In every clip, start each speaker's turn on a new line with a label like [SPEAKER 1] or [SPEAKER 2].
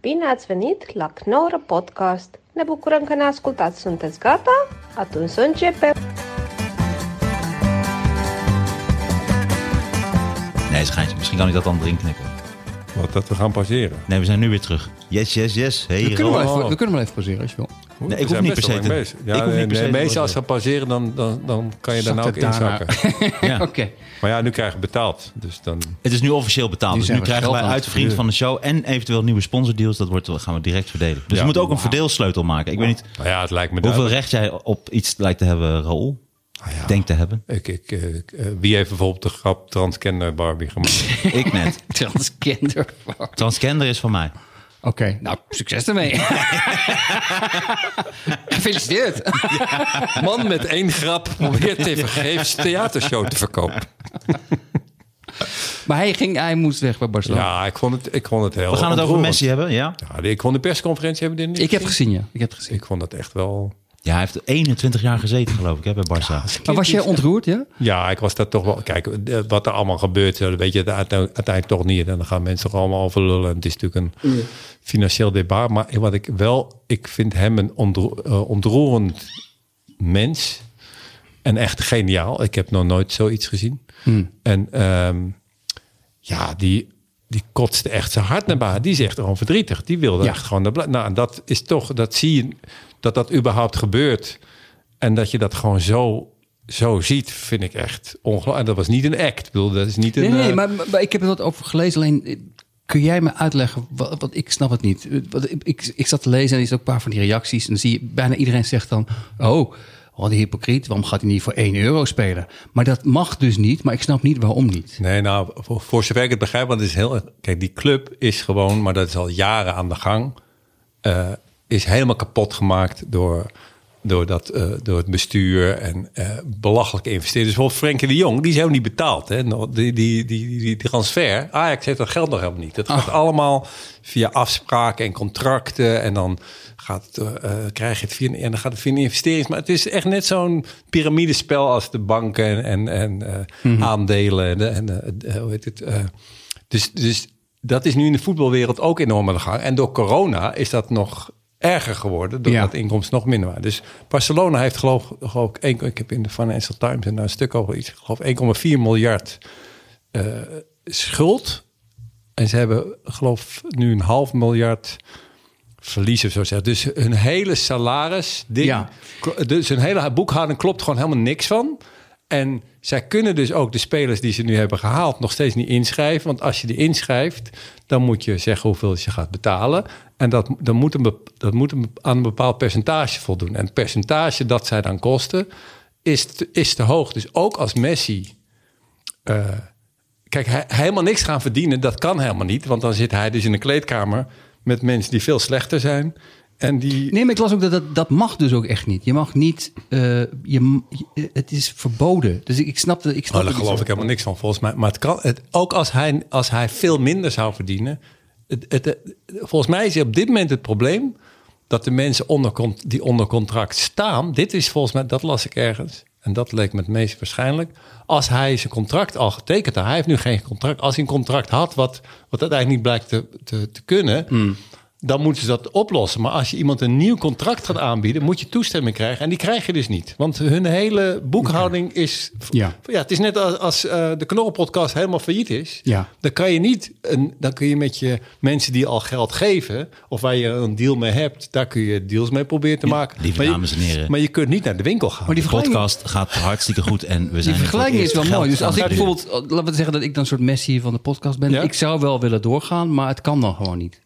[SPEAKER 1] Bine ați venit la Knorr Podcast! Ne bucurăm că ne ascultați! Sunteți gata? Atunci să începem!
[SPEAKER 2] Nee, schijnt. Misschien kan ik dat dan erin knippen.
[SPEAKER 3] Wat dat we gaan passeren.
[SPEAKER 2] Nee, we zijn nu weer terug. Yes, yes, yes. Hey,
[SPEAKER 4] We
[SPEAKER 2] Ro-
[SPEAKER 4] kunnen, wel even,
[SPEAKER 3] Oh.
[SPEAKER 4] we kunnen wel even pauzeren als je wil.
[SPEAKER 3] Oeh,
[SPEAKER 2] Nee, ik
[SPEAKER 3] we
[SPEAKER 2] hoef
[SPEAKER 3] zijn
[SPEAKER 2] niet
[SPEAKER 3] best
[SPEAKER 2] per
[SPEAKER 3] wel
[SPEAKER 2] se
[SPEAKER 3] lang
[SPEAKER 2] te-
[SPEAKER 3] bezig.
[SPEAKER 2] ik
[SPEAKER 3] Ja,
[SPEAKER 2] hoef niet
[SPEAKER 3] nee,
[SPEAKER 2] per se te
[SPEAKER 3] meestal als ze
[SPEAKER 2] worden.
[SPEAKER 3] passeren, dan, dan, dan kan je daarna ook
[SPEAKER 4] Zakt het daarna-
[SPEAKER 3] inzakken.
[SPEAKER 2] Ja.
[SPEAKER 4] Oké.
[SPEAKER 3] maar ja, nu krijg je betaald. Dus dan...
[SPEAKER 2] Het is nu officieel betaald.
[SPEAKER 4] Nu
[SPEAKER 2] Dus nu
[SPEAKER 4] zijn we
[SPEAKER 2] krijgen wij
[SPEAKER 4] geld aan
[SPEAKER 2] uit
[SPEAKER 4] het
[SPEAKER 2] vriend van de show en eventueel nieuwe sponsordeals. Dat wordt, gaan we direct verdelen. Dus
[SPEAKER 3] Ja.
[SPEAKER 2] je moet ook een
[SPEAKER 3] Wauw.
[SPEAKER 2] verdeelsleutel maken. Ik weet niet
[SPEAKER 3] Nou ja, het lijkt me
[SPEAKER 2] hoeveel
[SPEAKER 3] duidelijk.
[SPEAKER 2] recht jij op iets lijkt te hebben, Raoul.
[SPEAKER 4] Ah,
[SPEAKER 3] ja.
[SPEAKER 2] Denk te hebben.
[SPEAKER 3] Ik, ik, eh, ik, eh, wie heeft bijvoorbeeld de grap transgender Barbie gemaakt?
[SPEAKER 2] Ik net.
[SPEAKER 4] Transgender. Oké,
[SPEAKER 2] Transgender is van mij.
[SPEAKER 4] nou, succes ermee. Gefeliciteerd.
[SPEAKER 3] Man met één grap probeert tevergeefs theatershow te verkopen.
[SPEAKER 4] Maar hij, ging, hij moest weg bij Barcelona.
[SPEAKER 3] Ja, ik vond het, ik vond het heel
[SPEAKER 2] We gaan het over
[SPEAKER 3] ontroerend.
[SPEAKER 2] Messi hebben, ja?
[SPEAKER 3] Ja, ik vond de persconferentie hebben we dit niet
[SPEAKER 4] Ik heb het gezien, ja. Ik heb het gezien.
[SPEAKER 3] Ik vond dat echt wel...
[SPEAKER 2] Ja, hij heeft 21 jaar gezeten, geloof ik, hè, bij Barça.
[SPEAKER 4] Maar was jij ontroerd, ja?
[SPEAKER 3] Ja, ik was daar toch wel... Kijk, eh, wat er allemaal gebeurt, eh, weet je het uite- uiteindelijk toch niet. En dan gaan mensen er allemaal over lullen. En het is natuurlijk een financieel debat. Maar wat ik wel... Ik vind hem een ontro- eh, ontroerend mens. En echt geniaal. Ik heb nog nooit zoiets gezien.
[SPEAKER 4] Hmm.
[SPEAKER 3] En ehm, ja, die, die kotste echt zijn hart naar buiten. Die is echt gewoon verdrietig. Die wilde
[SPEAKER 4] Ja.
[SPEAKER 3] echt gewoon... naar bla- Nou, en dat is toch... Dat zie je... Dat dat überhaupt gebeurt. En dat je dat gewoon zo, zo ziet, vind ik echt ongelooflijk. En dat was niet een act. Ik bedoel, dat is niet een...
[SPEAKER 4] Nee, nee,
[SPEAKER 3] eh,
[SPEAKER 4] maar, maar ik heb er wat over gelezen. Alleen, eh, kun jij me uitleggen? wa- Want, ik snap het niet. Eh, Want ik, ik, ik zat te lezen en er is ook een paar van die reacties. En dan zie je, bijna iedereen zegt dan... Oh, wat een hypocriet. Waarom gaat hij niet voor 1 euro spelen? Maar dat mag dus niet. Maar ik snap niet waarom niet.
[SPEAKER 3] Nee, nou, voor, voor zover ik het begrijp, want het is heel... Kijk, die club is gewoon, maar dat is al jaren aan de gang... eh, is helemaal kapot gemaakt door, door, dat, eh, door het bestuur en eh, belachelijke investeerders. Bijvoorbeeld Frenkie de Jong, die is helemaal niet betaald. Hè? Nog- Die, die, die, die, die transfer, Ajax heeft dat geld nog helemaal niet. Dat gaat allemaal via afspraken en contracten. En dan gaat het, eh, eh, krijg je het via, en dan gaat het via een investering. Maar het is echt net zo'n piramidespel als de banken en, en eh, aandelen. En, de- en eh, eh, hoe heet het? eh, dus, dus dat is nu in de voetbalwereld ook enorm aan de gang. En door corona is dat nog erger geworden, doordat
[SPEAKER 4] Ja.
[SPEAKER 3] inkomsten nog minder waren. Dus Barcelona heeft geloof, geloof ik, één- ik heb in de Financial Times en daar een stuk over iets, ik geloof 1,4 miljard eh, schuld. En ze hebben geloof nu een half miljard verliezen, zo zeggen. Dus hun hele salaris, ding,
[SPEAKER 4] Ja.
[SPEAKER 3] kl- dus hun hele boekhouding klopt gewoon helemaal niks van. En zij kunnen dus ook de spelers die ze nu hebben gehaald nog steeds niet inschrijven. Want als je die inschrijft, dan moet je zeggen hoeveel je gaat betalen. En dat, dan moet een, bep- dat moet een, bep- aan een bepaald percentage voldoen. En het percentage dat zij dan kosten, is te, is te hoog. Dus ook als Messi Kijk, hij, helemaal niks gaan verdienen, dat kan helemaal niet. Want dan zit hij dus in een kleedkamer met mensen die veel slechter zijn. En die.
[SPEAKER 4] Nee, maar ik las ook dat dat, dat mag dus ook echt niet. Je mag niet... eh, je, m- je- eh, het is verboden. Dus ik, ik snap dat... Ik snap
[SPEAKER 3] Oh, daar
[SPEAKER 4] het niet
[SPEAKER 3] geloof ik
[SPEAKER 4] zo.
[SPEAKER 3] helemaal niks van, volgens mij. Maar het kan, het, ook als hij, als hij veel minder zou verdienen. Het, het, het- volgens mij is op dit moment het probleem dat de mensen onder, con- die onder contract staan. Dit is volgens mij, dat las ik ergens. En dat leek me het meest waarschijnlijk. Als hij zijn contract al getekend had, hij heeft nu geen contract. Als hij een contract had, wat, wat uiteindelijk niet blijkt te, te, te kunnen,
[SPEAKER 4] Hmm.
[SPEAKER 3] dan moeten ze dat oplossen. Maar als je iemand een nieuw contract gaat aanbieden, moet je toestemming krijgen. En die krijg je dus niet. Want hun hele boekhouding is
[SPEAKER 4] Ja.
[SPEAKER 3] ja, het is net als, als eh, de Knorrelpodcast helemaal failliet is.
[SPEAKER 4] Ja.
[SPEAKER 3] Dan kan je niet, een, dan kun je met je mensen die al geld geven, of waar je een deal mee hebt, daar kun je deals mee proberen te maken.
[SPEAKER 2] lieve
[SPEAKER 3] maar je-
[SPEAKER 2] dames en heren.
[SPEAKER 3] Maar je kunt niet naar de winkel gaan.
[SPEAKER 4] Maar die
[SPEAKER 2] De
[SPEAKER 4] vergelijking-
[SPEAKER 2] podcast gaat hartstikke goed en we zijn...
[SPEAKER 4] Die vergelijking is wel mooi. Dus als ik
[SPEAKER 2] bijvoorbeeld
[SPEAKER 4] bijvoorbeeld, laten we zeggen dat ik dan een soort Messi van de podcast ben.
[SPEAKER 3] Ja.
[SPEAKER 4] Ik zou wel willen doorgaan, maar het kan dan gewoon niet.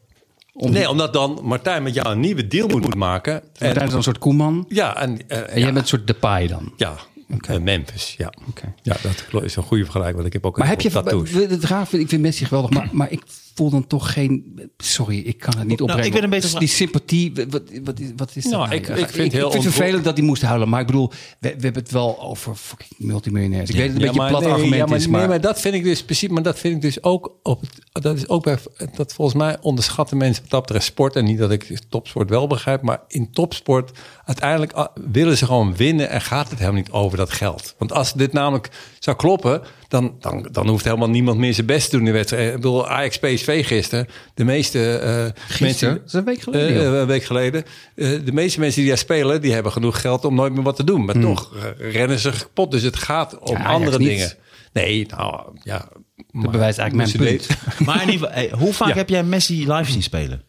[SPEAKER 4] Om,
[SPEAKER 3] nee, omdat dan Martijn met jou een nieuwe deal moet, moet maken.
[SPEAKER 4] en,
[SPEAKER 3] En,
[SPEAKER 4] dan een soort Koeman.
[SPEAKER 3] ja, en, eh,
[SPEAKER 4] En
[SPEAKER 3] ja,
[SPEAKER 4] jij bent een soort Depay dan.
[SPEAKER 3] ja. Eh, Memphis, ja.
[SPEAKER 4] Oké.
[SPEAKER 3] Ja, dat klo- is een goede vergelijking, want ik heb ook
[SPEAKER 4] Maar
[SPEAKER 3] een
[SPEAKER 4] heb je,
[SPEAKER 3] tattoos.
[SPEAKER 4] het raar vind, ik vind Messi geweldig, maar, maar ik voel dan toch geen, sorry, ik kan het niet opbrengen. Dus
[SPEAKER 2] ik ben een beetje-
[SPEAKER 4] Die sympathie, wat, wat, is- wat is dat
[SPEAKER 3] Nou,
[SPEAKER 4] nou?
[SPEAKER 3] ik- ik
[SPEAKER 4] Ja,
[SPEAKER 3] vind heel
[SPEAKER 4] het
[SPEAKER 3] ontwo-
[SPEAKER 4] vervelend dat hij moest huilen, maar ik bedoel, we, we hebben het wel over fucking multimiljonairs. Ik weet dat het een beetje een plat
[SPEAKER 3] nee,
[SPEAKER 4] argument
[SPEAKER 3] ja, maar,
[SPEAKER 4] is,
[SPEAKER 3] nee,
[SPEAKER 4] maar...
[SPEAKER 3] maar dat vind ik dus precies. Maar dat vind ik dus ook op. het- Dat is ook bij. Dat volgens mij onderschatten mensen wat dat betreft sport. En niet dat ik topsport wel begrijp. Maar in topsport. Uiteindelijk ah, willen ze gewoon winnen. En gaat het helemaal niet over dat geld. Want als dit namelijk zou kloppen. Dan, dan, dan hoeft helemaal niemand meer zijn best te doen in de wedstrijd. Ik bedoel, Ajax PSV gisteren. De meeste eh,
[SPEAKER 4] Gisteren?
[SPEAKER 3] mensen...
[SPEAKER 4] Dat is een week geleden,
[SPEAKER 3] Eh,
[SPEAKER 4] joh.
[SPEAKER 3] een week geleden. Eh, de meeste mensen die daar spelen, die hebben genoeg geld om nooit meer wat te doen. Maar toch eh, rennen ze kapot. Dus het gaat om
[SPEAKER 4] Hmm. Ja, Ajax
[SPEAKER 3] andere
[SPEAKER 4] niet.
[SPEAKER 3] dingen. Nee, nou ja.
[SPEAKER 4] Dat bewijst eigenlijk mijn
[SPEAKER 3] Moesten
[SPEAKER 4] punt.
[SPEAKER 2] Maar in ieder geval, hey, hoe vaak
[SPEAKER 3] Ja.
[SPEAKER 2] heb jij Messi live zien spelen?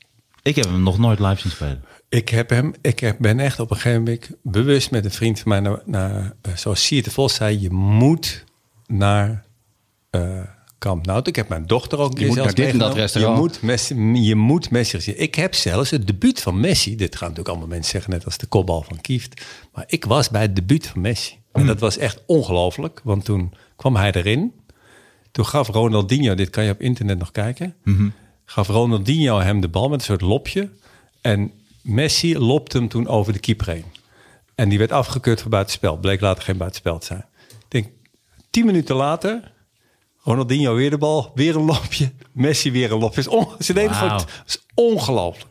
[SPEAKER 2] Ik heb hem nog nooit live zien spelen.
[SPEAKER 3] Ik heb hem, ik heb, ben echt op een gegeven moment bewust met een vriend van mij naar, naar eh, zoals Siert de Vos zei, je moet naar eh Camp Nou. Ik heb mijn dochter ook een keer
[SPEAKER 4] moet
[SPEAKER 3] zelfs
[SPEAKER 4] naar dit en dat
[SPEAKER 3] meegenomen.
[SPEAKER 4] restaurant.
[SPEAKER 3] Je moet Messi, je moet Messi zien. Ik heb zelfs het debuut van Messi. Dit gaan natuurlijk allemaal mensen zeggen, net als de kopbal van Kieft. Maar ik was bij het debuut van Messi.
[SPEAKER 4] Hmm.
[SPEAKER 3] En dat was echt ongelooflijk, want toen kwam hij erin. Toen gaf Ronaldinho, dit kan je op internet nog kijken,
[SPEAKER 2] Mhm.
[SPEAKER 3] gaf Ronaldinho hem de bal met een soort lopje. En Messi lopte hem toen over de keeper heen. En die werd afgekeurd voor buitenspel. Bleek later geen buitenspel te zijn. Ik denk, tien minuten later, Ronaldinho weer de bal, weer een lopje. Messi weer een lopje. Het is onge- Ze deden
[SPEAKER 2] Wauw.
[SPEAKER 3] gewoon- het is ongelooflijk.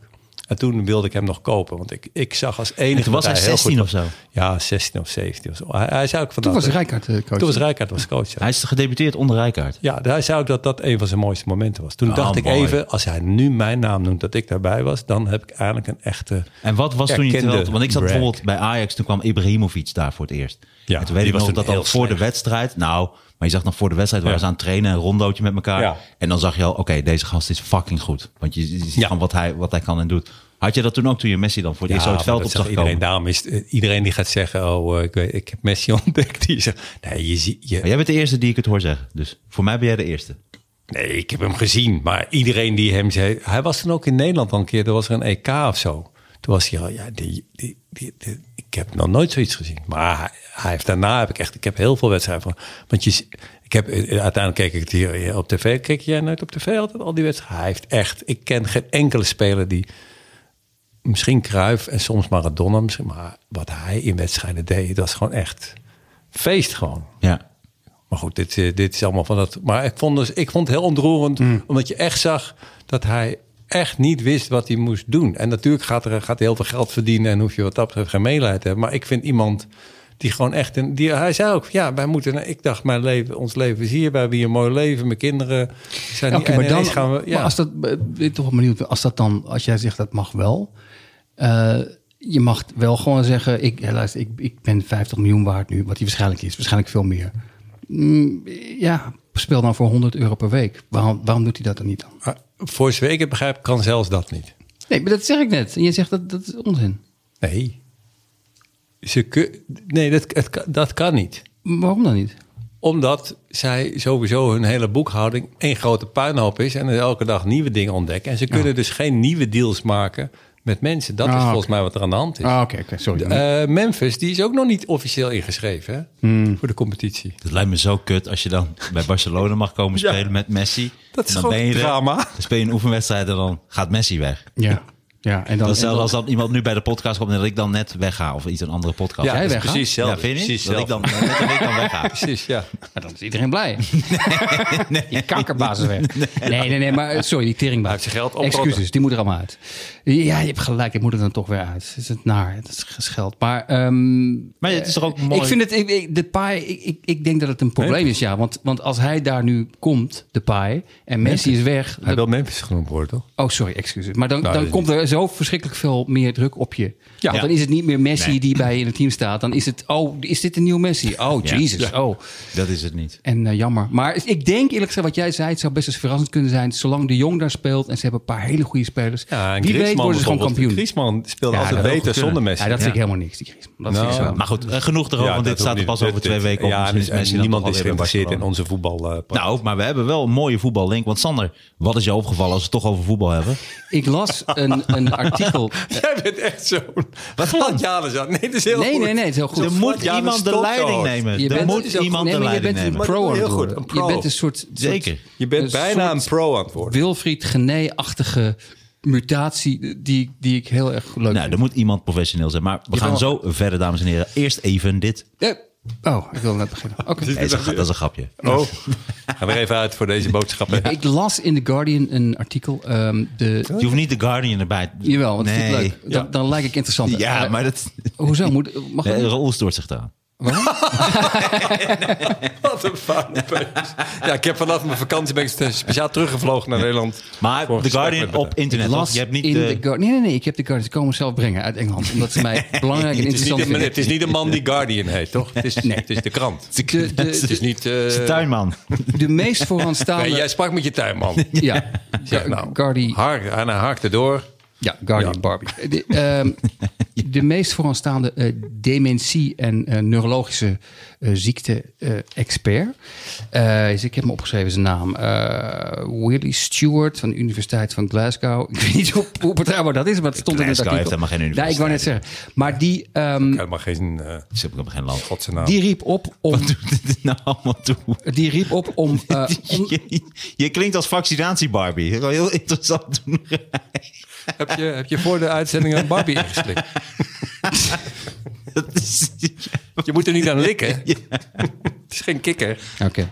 [SPEAKER 3] En toen wilde ik hem nog kopen, want ik, ik zag als enige...
[SPEAKER 2] En toen was
[SPEAKER 3] dat
[SPEAKER 2] hij
[SPEAKER 3] heel
[SPEAKER 2] 16
[SPEAKER 3] goed
[SPEAKER 2] of zo?
[SPEAKER 3] Ja, 16 of 17 of zo. Hij, hij zei ook van
[SPEAKER 4] Toen
[SPEAKER 3] dat-
[SPEAKER 4] was Rijkaard eh, coach.
[SPEAKER 3] Toen was Rijkaard was coach. ja.
[SPEAKER 2] Hij is gedebuteerd onder Rijkaard.
[SPEAKER 3] Ja, hij zei ook dat dat een van zijn mooiste momenten was. Toen
[SPEAKER 2] Ah,
[SPEAKER 3] dacht ik
[SPEAKER 2] mooi.
[SPEAKER 3] even, als hij nu mijn naam noemt dat ik daarbij was, dan heb ik eigenlijk een echte.
[SPEAKER 2] En wat was toen je
[SPEAKER 3] Erkende
[SPEAKER 2] telt? Want ik zat
[SPEAKER 3] brag.
[SPEAKER 2] bijvoorbeeld bij Ajax, toen kwam Ibrahimovic daar voor het eerst.
[SPEAKER 3] Ja,
[SPEAKER 2] en toen weet
[SPEAKER 3] die
[SPEAKER 2] ik
[SPEAKER 3] was
[SPEAKER 2] nog
[SPEAKER 3] toen
[SPEAKER 2] dat al
[SPEAKER 3] heel
[SPEAKER 2] voor de
[SPEAKER 3] slecht.
[SPEAKER 2] wedstrijd. Nou, maar je zag nog voor de wedstrijd waren
[SPEAKER 3] Ja.
[SPEAKER 2] ze aan het trainen, een rondootje met elkaar.
[SPEAKER 3] Ja.
[SPEAKER 2] En dan zag je al, oké, deze gast is fucking goed. Want je, je ziet
[SPEAKER 3] Ja.
[SPEAKER 2] gewoon wat hij, wat hij kan en doet. Had je dat toen ook toen je Messi dan voor het eerst zo het
[SPEAKER 3] maar
[SPEAKER 2] veld
[SPEAKER 3] dat
[SPEAKER 2] op
[SPEAKER 3] zegt
[SPEAKER 2] zag
[SPEAKER 3] iedereen.
[SPEAKER 2] komen?
[SPEAKER 3] Daarom is eh, iedereen die gaat zeggen, oh, eh, ik, weet- ik heb Messi ontdekt. Die zegt, nee, je ziet, je,
[SPEAKER 2] Maar jij bent de eerste die ik het hoor zeggen. Dus voor mij ben jij de eerste.
[SPEAKER 3] Nee, ik heb hem gezien. Maar iedereen die hem zei... Hij was toen ook in Nederland al een keer. Er was er een EK of zo. Toen was hij al... Ja, die, die, die, die- ik heb nog nooit zoiets gezien. Maar hij, hij heeft, daarna heb ik echt... Ik heb heel veel wedstrijden van... Want je, z- ik heb, eh, uiteindelijk keek ik het hier op tv. Kijk jij nooit op tv altijd al die wedstrijden? Hij heeft echt... Ik ken geen enkele speler die... Misschien Cruijff en soms Maradona. Misschien, maar wat hij in wedstrijden deed, dat is gewoon echt feest gewoon.
[SPEAKER 2] Ja.
[SPEAKER 3] Maar goed, dit, eh, dit is allemaal van dat. Maar ik vond, dus, ik vond het heel ontroerend,
[SPEAKER 4] Hmm.
[SPEAKER 3] omdat je echt zag dat hij echt niet wist wat hij moest doen. En natuurlijk gaat er gaat hij heel veel geld verdienen en hoef je wat dat betreft geen medelijden te hebben. Maar ik vind iemand die gewoon echt een. Die, hij zei ook, ja, wij moeten. Ik dacht, mijn leven, ons leven is hier, wij hebben hier een mooi leven, mijn kinderen zijn
[SPEAKER 4] Ja,
[SPEAKER 3] hier.
[SPEAKER 4] oké,
[SPEAKER 3] En
[SPEAKER 4] maar dan,
[SPEAKER 3] ineens gaan we. Ja.
[SPEAKER 4] maar als dat, eh, ik ben toch wel benieuwd, als dat dan, als jij zegt dat mag wel, eh, je mag wel gewoon zeggen, ik, ja, luister, ik, ik ben 50 miljoen waard nu, wat die waarschijnlijk is, waarschijnlijk veel meer. Mm, ja, speel dan voor 100 euro per week. Waarom, waarom doet hij dat dan niet dan?
[SPEAKER 3] Maar voor zover ik het begrijp, kan zelfs dat niet.
[SPEAKER 4] Nee, maar dat zeg ik net. En je zegt dat, dat is onzin.
[SPEAKER 3] Nee. Ze kun, nee, dat, het, kan- dat kan niet.
[SPEAKER 4] Waarom dan niet?
[SPEAKER 3] Omdat zij sowieso hun hele boekhouding één grote puinhoop is. En er elke dag nieuwe dingen ontdekken. En ze kunnen dus geen nieuwe deals maken met mensen. Dat
[SPEAKER 4] Ah,
[SPEAKER 3] is
[SPEAKER 4] oké.
[SPEAKER 3] volgens mij wat er aan de hand is.
[SPEAKER 4] Ah, oké, oké, sorry.
[SPEAKER 3] Eh, Memphis, die is ook nog niet officieel ingeschreven hè? voor de competitie.
[SPEAKER 2] Het lijkt me zo kut als je dan bij Barcelona mag komen spelen met Messi.
[SPEAKER 3] Dat is
[SPEAKER 2] En dan ben
[SPEAKER 3] gewoon
[SPEAKER 2] je er.
[SPEAKER 3] drama.
[SPEAKER 2] Dan speel je een oefenwedstrijd en dan gaat Messi weg.
[SPEAKER 4] ja, ja,
[SPEAKER 2] Dat
[SPEAKER 4] en dan...
[SPEAKER 2] is
[SPEAKER 4] en
[SPEAKER 2] hetzelfde
[SPEAKER 4] dan-
[SPEAKER 2] als dat iemand nu bij de podcast komt en dat ik dan net wegga. Of iets een andere podcast.
[SPEAKER 4] jij
[SPEAKER 3] dat is
[SPEAKER 4] weggaat?
[SPEAKER 3] precies hetzelfde.
[SPEAKER 2] Ja, vind je?
[SPEAKER 3] Precies
[SPEAKER 2] niet? dat ik dan,
[SPEAKER 3] hetzelfde.
[SPEAKER 2] net dat ik dan wegga.
[SPEAKER 3] Precies, ja.
[SPEAKER 4] Maar dan is iedereen blij. Die kankerbazen weg. Nee, nee, nee, maar eh, sorry, die teringbaas.
[SPEAKER 3] Hij heeft zijn geld opgerotten.
[SPEAKER 4] Excuses, die moet er allemaal uit. Ja, je hebt gelijk, ik moet er dan toch weer uit. Het is het naar, het is gescheld. Maar, ehm,
[SPEAKER 2] Maar het is toch ook
[SPEAKER 4] eh,
[SPEAKER 2] mooi-
[SPEAKER 4] Ik vind het, ik, ik, de paai, ik, ik, ik denk dat het een probleem is, ja. Want, want als hij daar nu komt, de paai, en Messi is weg...
[SPEAKER 3] Hij
[SPEAKER 4] dat-
[SPEAKER 3] wil Memphis genoemd worden, toch?
[SPEAKER 4] Oh, sorry, excuses. Maar dan,
[SPEAKER 3] Nou,
[SPEAKER 4] dan
[SPEAKER 3] dat
[SPEAKER 4] komt er zo verschrikkelijk veel meer druk op je. Ja.
[SPEAKER 2] Ja.
[SPEAKER 4] Dan is het niet meer Messi
[SPEAKER 2] Nee.
[SPEAKER 4] die bij je in het team staat. Dan is het, oh, is dit een nieuw Messi? Oh,
[SPEAKER 2] Ja.
[SPEAKER 4] Jesus, oh.
[SPEAKER 2] Dat is het niet.
[SPEAKER 4] En eh, jammer. Maar ik denk eerlijk gezegd, wat jij zei, het zou best eens verrassend kunnen zijn. Zolang de Jong daar speelt en ze hebben een paar hele goede spelers.
[SPEAKER 3] Ja, en
[SPEAKER 4] wie weet
[SPEAKER 3] Griezmann
[SPEAKER 4] worden ze gewoon
[SPEAKER 3] bijvoorbeeld.
[SPEAKER 4] kampioen.
[SPEAKER 3] Griezmann speelde
[SPEAKER 4] Ja,
[SPEAKER 3] altijd
[SPEAKER 4] dat zou
[SPEAKER 3] beter
[SPEAKER 2] goed
[SPEAKER 3] zonder
[SPEAKER 2] kunnen.
[SPEAKER 3] Messi.
[SPEAKER 4] Ja, dat vind ik
[SPEAKER 2] Ja.
[SPEAKER 4] helemaal niks, die Griezmann. Dat
[SPEAKER 3] Nou,
[SPEAKER 4] vind ik zo.
[SPEAKER 2] Maar goed, eh, genoeg erover.
[SPEAKER 3] Ja,
[SPEAKER 2] want
[SPEAKER 3] dat
[SPEAKER 2] dit
[SPEAKER 3] hoeft
[SPEAKER 2] staat er
[SPEAKER 3] niet.
[SPEAKER 2] pas over
[SPEAKER 3] Dit-
[SPEAKER 2] twee
[SPEAKER 3] dit-
[SPEAKER 2] weken op.
[SPEAKER 3] Ja,
[SPEAKER 2] Misschien
[SPEAKER 3] dus,
[SPEAKER 2] Messi
[SPEAKER 3] en
[SPEAKER 2] dan
[SPEAKER 3] niemand
[SPEAKER 2] toch
[SPEAKER 3] is
[SPEAKER 2] alweer bij
[SPEAKER 3] geïnteresseerd in
[SPEAKER 2] Barcelona.
[SPEAKER 3] onze voetbal. eh,
[SPEAKER 2] Nou, maar we hebben wel een mooie voetballink. Want Sander, wat is jou opgevallen als we het toch over voetbal hebben?
[SPEAKER 4] Ik las een, een artikel.
[SPEAKER 3] Jij bent echt zo'n gladjanus aan. Nee, dat is heel
[SPEAKER 4] Nee,
[SPEAKER 3] goed.
[SPEAKER 4] nee, nee, het is heel goed.
[SPEAKER 2] Er
[SPEAKER 3] Goed,
[SPEAKER 2] moet
[SPEAKER 3] ja, dat
[SPEAKER 2] iemand de
[SPEAKER 3] stopt
[SPEAKER 2] leiding
[SPEAKER 3] al.
[SPEAKER 2] nemen.
[SPEAKER 4] Je
[SPEAKER 2] er
[SPEAKER 4] bent-
[SPEAKER 2] moet
[SPEAKER 4] is ook-
[SPEAKER 2] iemand
[SPEAKER 4] nee,
[SPEAKER 2] de
[SPEAKER 4] maar je
[SPEAKER 2] leiding
[SPEAKER 4] bent een
[SPEAKER 2] nemen.
[SPEAKER 3] Maar dat
[SPEAKER 4] pro
[SPEAKER 3] doe
[SPEAKER 4] aan
[SPEAKER 3] je
[SPEAKER 4] het
[SPEAKER 3] heel
[SPEAKER 4] worden.
[SPEAKER 3] goed, een
[SPEAKER 4] Je
[SPEAKER 3] pro.
[SPEAKER 4] bent een soort, soort
[SPEAKER 2] Zeker.
[SPEAKER 3] Je bent
[SPEAKER 4] Een
[SPEAKER 3] bijna
[SPEAKER 4] soort
[SPEAKER 3] een pro aan het worden.
[SPEAKER 4] Wilfried Gené-achtige mutatie die, die ik heel erg leuk
[SPEAKER 2] Nou, er moet iemand professioneel zijn. Maar we gaan zo verder, dames en heren. Eerst even dit.
[SPEAKER 4] vind. Eh, Oh, ik wil net beginnen. Oké.
[SPEAKER 2] Nee, dat is een- dat is een grapje.
[SPEAKER 4] Nou.
[SPEAKER 3] Oh, gaan we er even uit voor deze boodschappen.
[SPEAKER 4] Ik las in The Guardian een artikel. ehm, de,
[SPEAKER 2] Je hoeft niet de Guardian erbij.
[SPEAKER 4] Jawel, want dat
[SPEAKER 2] nee.
[SPEAKER 4] vind ik leuk. Dan, dan lijk ik interessant.
[SPEAKER 2] Ja,
[SPEAKER 4] Eh,
[SPEAKER 2] maar dat...
[SPEAKER 4] Hoezo? Moet, mag
[SPEAKER 2] Nee,
[SPEAKER 4] dat?
[SPEAKER 2] Raoul stoort zich eraan.
[SPEAKER 3] Wat een fijne pees. Ja, ik heb vanaf mijn vakantie ben ik speciaal teruggevlogen naar Nederland.
[SPEAKER 2] Maar
[SPEAKER 3] voor een
[SPEAKER 2] The
[SPEAKER 3] gesprek
[SPEAKER 2] Guardian
[SPEAKER 3] met me.
[SPEAKER 2] op internet. toch?
[SPEAKER 4] Las
[SPEAKER 2] Je hebt niet eh,
[SPEAKER 4] in
[SPEAKER 2] de-
[SPEAKER 4] The Guardian. Nee, nee, nee. Ik heb de Guardian. Ze komen zelf brengen uit Engeland. Omdat ze mij belangrijk en
[SPEAKER 3] Het is,
[SPEAKER 4] interessant
[SPEAKER 3] niet een,
[SPEAKER 4] vinden.
[SPEAKER 3] het is niet een man die Guardian heet, toch? Het is, het is de krant.
[SPEAKER 4] De, de,
[SPEAKER 3] Het is
[SPEAKER 4] de,
[SPEAKER 3] niet... eh,
[SPEAKER 2] de tuinman.
[SPEAKER 4] de meest vooraanstaande...
[SPEAKER 3] nee, jij sprak met je tuinman.
[SPEAKER 4] Ja,
[SPEAKER 3] Zeg nou,
[SPEAKER 4] Guardian.
[SPEAKER 3] Haar, en hij haakte door.
[SPEAKER 4] Ja, Guardian
[SPEAKER 3] Ja.
[SPEAKER 4] Barbie. De, ehm, de meest vooraanstaande eh, dementie- en eh, neurologische eh, ziekte-expert. dus ik heb hem opgeschreven, zijn naam. eh Willie Stewart van de Universiteit van Glasgow. Ik weet niet hoe, hoe betrouwbaar dat is, maar het stond in het
[SPEAKER 2] Glasgow
[SPEAKER 4] artikel.
[SPEAKER 2] heeft helemaal geen
[SPEAKER 4] Nee, ik wou net zeggen. Maar die, ehm,
[SPEAKER 3] Helemaal geen... eh
[SPEAKER 2] Ze hebben helemaal geen land.
[SPEAKER 3] Godsnaam.
[SPEAKER 4] die riep op om...
[SPEAKER 2] Wat doet dit nou allemaal toe?
[SPEAKER 4] Die riep op om... eh, om-
[SPEAKER 2] Je, je klinkt als vaccinatie Barbie. Dat is wel Heel interessant.
[SPEAKER 3] heb, je, heb je voor de uitzending een Barbie ingeslikt?
[SPEAKER 2] Dat is-
[SPEAKER 3] Je moet er niet aan likken. Het is geen kikker.
[SPEAKER 4] Oké.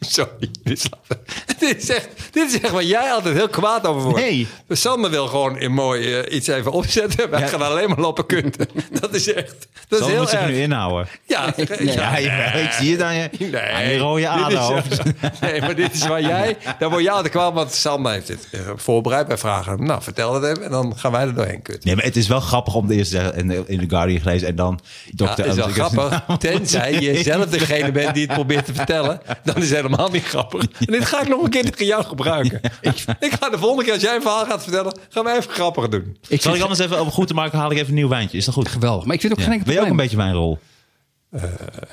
[SPEAKER 3] Sorry. Dit is, dit, is echt, dit is echt waar jij altijd heel kwaad over wordt.
[SPEAKER 2] Nee.
[SPEAKER 3] Sander wil gewoon in mooi eh, iets even opzetten. Wij
[SPEAKER 2] Ja.
[SPEAKER 3] gaan alleen maar lopen kunten. Dat is echt... Dat
[SPEAKER 2] Zal
[SPEAKER 3] is
[SPEAKER 2] moet
[SPEAKER 3] heel
[SPEAKER 2] zich
[SPEAKER 3] erg.
[SPEAKER 2] nu inhouden.
[SPEAKER 3] Ja,
[SPEAKER 2] Ja,
[SPEAKER 3] ja,
[SPEAKER 2] je- ik zie het aan je, aan je rode
[SPEAKER 3] dit is-
[SPEAKER 2] aderhoofd.
[SPEAKER 3] nee, maar dit is waar jij... Daar word je altijd kwaad, want Sam heeft dit eh, voorbereid. Wij vragen hem, nou, vertel het hem. En dan gaan wij er doorheen kutten.
[SPEAKER 2] Nee, maar het is wel grappig om de eerste te zeggen in de, in de Guardian gelezen en dan
[SPEAKER 3] Ja,
[SPEAKER 2] dokter
[SPEAKER 3] is wel
[SPEAKER 2] Elsevier-
[SPEAKER 3] grappig. Tenzij je zelf degene bent die het probeert te vertellen. Dan is het helemaal niet grappig. En dit ga ik nog een keer tegen jou gebruiken. Ik, ik ga de volgende keer als jij een verhaal gaat vertellen... gaan wij even grappiger doen.
[SPEAKER 2] Zal
[SPEAKER 4] Ik vind
[SPEAKER 2] ik
[SPEAKER 4] het
[SPEAKER 2] anders even, om goed te maken, haal ik even een nieuw wijntje. Is dat goed?
[SPEAKER 4] geweldig. Maar ik vind het ook geen
[SPEAKER 2] Ja.
[SPEAKER 4] enkel
[SPEAKER 2] Wil je ook een
[SPEAKER 4] probleem.
[SPEAKER 2] beetje wijnrol?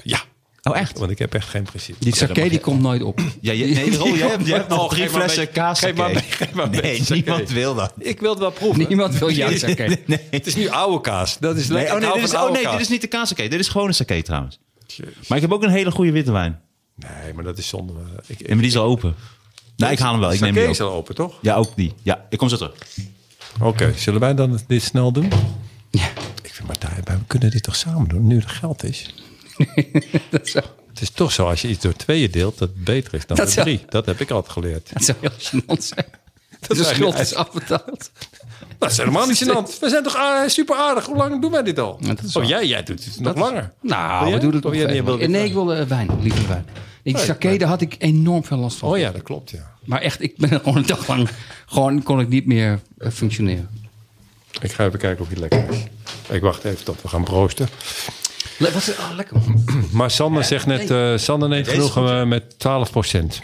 [SPEAKER 3] Ja.
[SPEAKER 2] Oh, echt?
[SPEAKER 3] Want ik heb echt geen principe.
[SPEAKER 4] Die saké die komt nooit op.
[SPEAKER 2] Ja, je, nee, rol, jij hebt, jij hebt nog
[SPEAKER 3] Oh,
[SPEAKER 2] drie
[SPEAKER 3] geef maar een
[SPEAKER 2] flessen
[SPEAKER 3] beetje-
[SPEAKER 2] kaas.
[SPEAKER 3] geef maar een
[SPEAKER 2] oké.
[SPEAKER 3] beetje- geef maar een
[SPEAKER 2] Nee,
[SPEAKER 3] beetje sake.
[SPEAKER 2] niemand wil dat.
[SPEAKER 3] Ik wil het wel proeven.
[SPEAKER 4] Niemand wil jou saké.
[SPEAKER 3] Het is nu oude kaas. Dat is
[SPEAKER 2] Nee,
[SPEAKER 3] lekker.
[SPEAKER 2] oh,
[SPEAKER 3] Ik
[SPEAKER 2] nee,
[SPEAKER 3] hou
[SPEAKER 2] dit is,
[SPEAKER 3] van
[SPEAKER 2] oh
[SPEAKER 3] oude
[SPEAKER 2] nee,
[SPEAKER 3] kaas.
[SPEAKER 2] dit is niet de kaassaké. Dit is gewoon een saké trouwens. Maar ik heb ook een hele goede witte wijn.
[SPEAKER 3] Nee, maar dat is zonde. eh, Ik,
[SPEAKER 2] En maar die is al open. Nee, ik haal hem wel. Ik neem die
[SPEAKER 3] Sake is
[SPEAKER 2] ook.
[SPEAKER 3] al open, toch?
[SPEAKER 2] Ja, ook die. Ja, ik kom zo terug.
[SPEAKER 3] Oké, zullen wij dan dit snel doen?
[SPEAKER 4] Ja.
[SPEAKER 3] Ik vind, maar daar, wij kunnen dit toch samen doen, nu er geld is?
[SPEAKER 4] Dat zou,
[SPEAKER 3] Het is toch zo, als je iets door tweeën deelt, dat het beter is dan
[SPEAKER 4] Dat
[SPEAKER 3] door
[SPEAKER 4] zou-
[SPEAKER 3] drie. Dat heb ik altijd geleerd.
[SPEAKER 4] dat zou heel gênant zijn.
[SPEAKER 3] Dat
[SPEAKER 4] Dat de
[SPEAKER 3] zijn
[SPEAKER 4] schuld
[SPEAKER 3] wij.
[SPEAKER 4] is afbetaald.
[SPEAKER 3] Dat is helemaal niet gênant. We zijn toch ah, super aardig. Hoe lang doen wij dit al?
[SPEAKER 4] Ja, dat is
[SPEAKER 3] oh,
[SPEAKER 4] waar.
[SPEAKER 3] jij, jij doet het nog langer.
[SPEAKER 4] Nou,
[SPEAKER 3] Wil
[SPEAKER 4] we
[SPEAKER 3] jij?
[SPEAKER 4] doen het
[SPEAKER 3] Oh,
[SPEAKER 4] nog
[SPEAKER 3] jij- jij
[SPEAKER 4] even. Oh,
[SPEAKER 3] wilde dit
[SPEAKER 4] Nee,
[SPEAKER 3] wel.
[SPEAKER 4] ik wil eh, wijn. Liever wijn. Ik
[SPEAKER 3] Nee,
[SPEAKER 4] saké,
[SPEAKER 3] nee.
[SPEAKER 4] daar had ik enorm veel last van.
[SPEAKER 3] Oh ja, dat klopt, ja.
[SPEAKER 4] Maar echt, ik ben er gewoon een dag lang... Gewoon kon ik niet meer eh, functioneren.
[SPEAKER 3] Ik ga even kijken of hij lekker is. Ik wacht even tot we gaan proosten.
[SPEAKER 4] Le- Wat is oh, lekker man.
[SPEAKER 3] Maar Sander zegt net, eh Sander neemt
[SPEAKER 2] Deze is
[SPEAKER 3] genoegen
[SPEAKER 2] goed,
[SPEAKER 3] eh, met 12%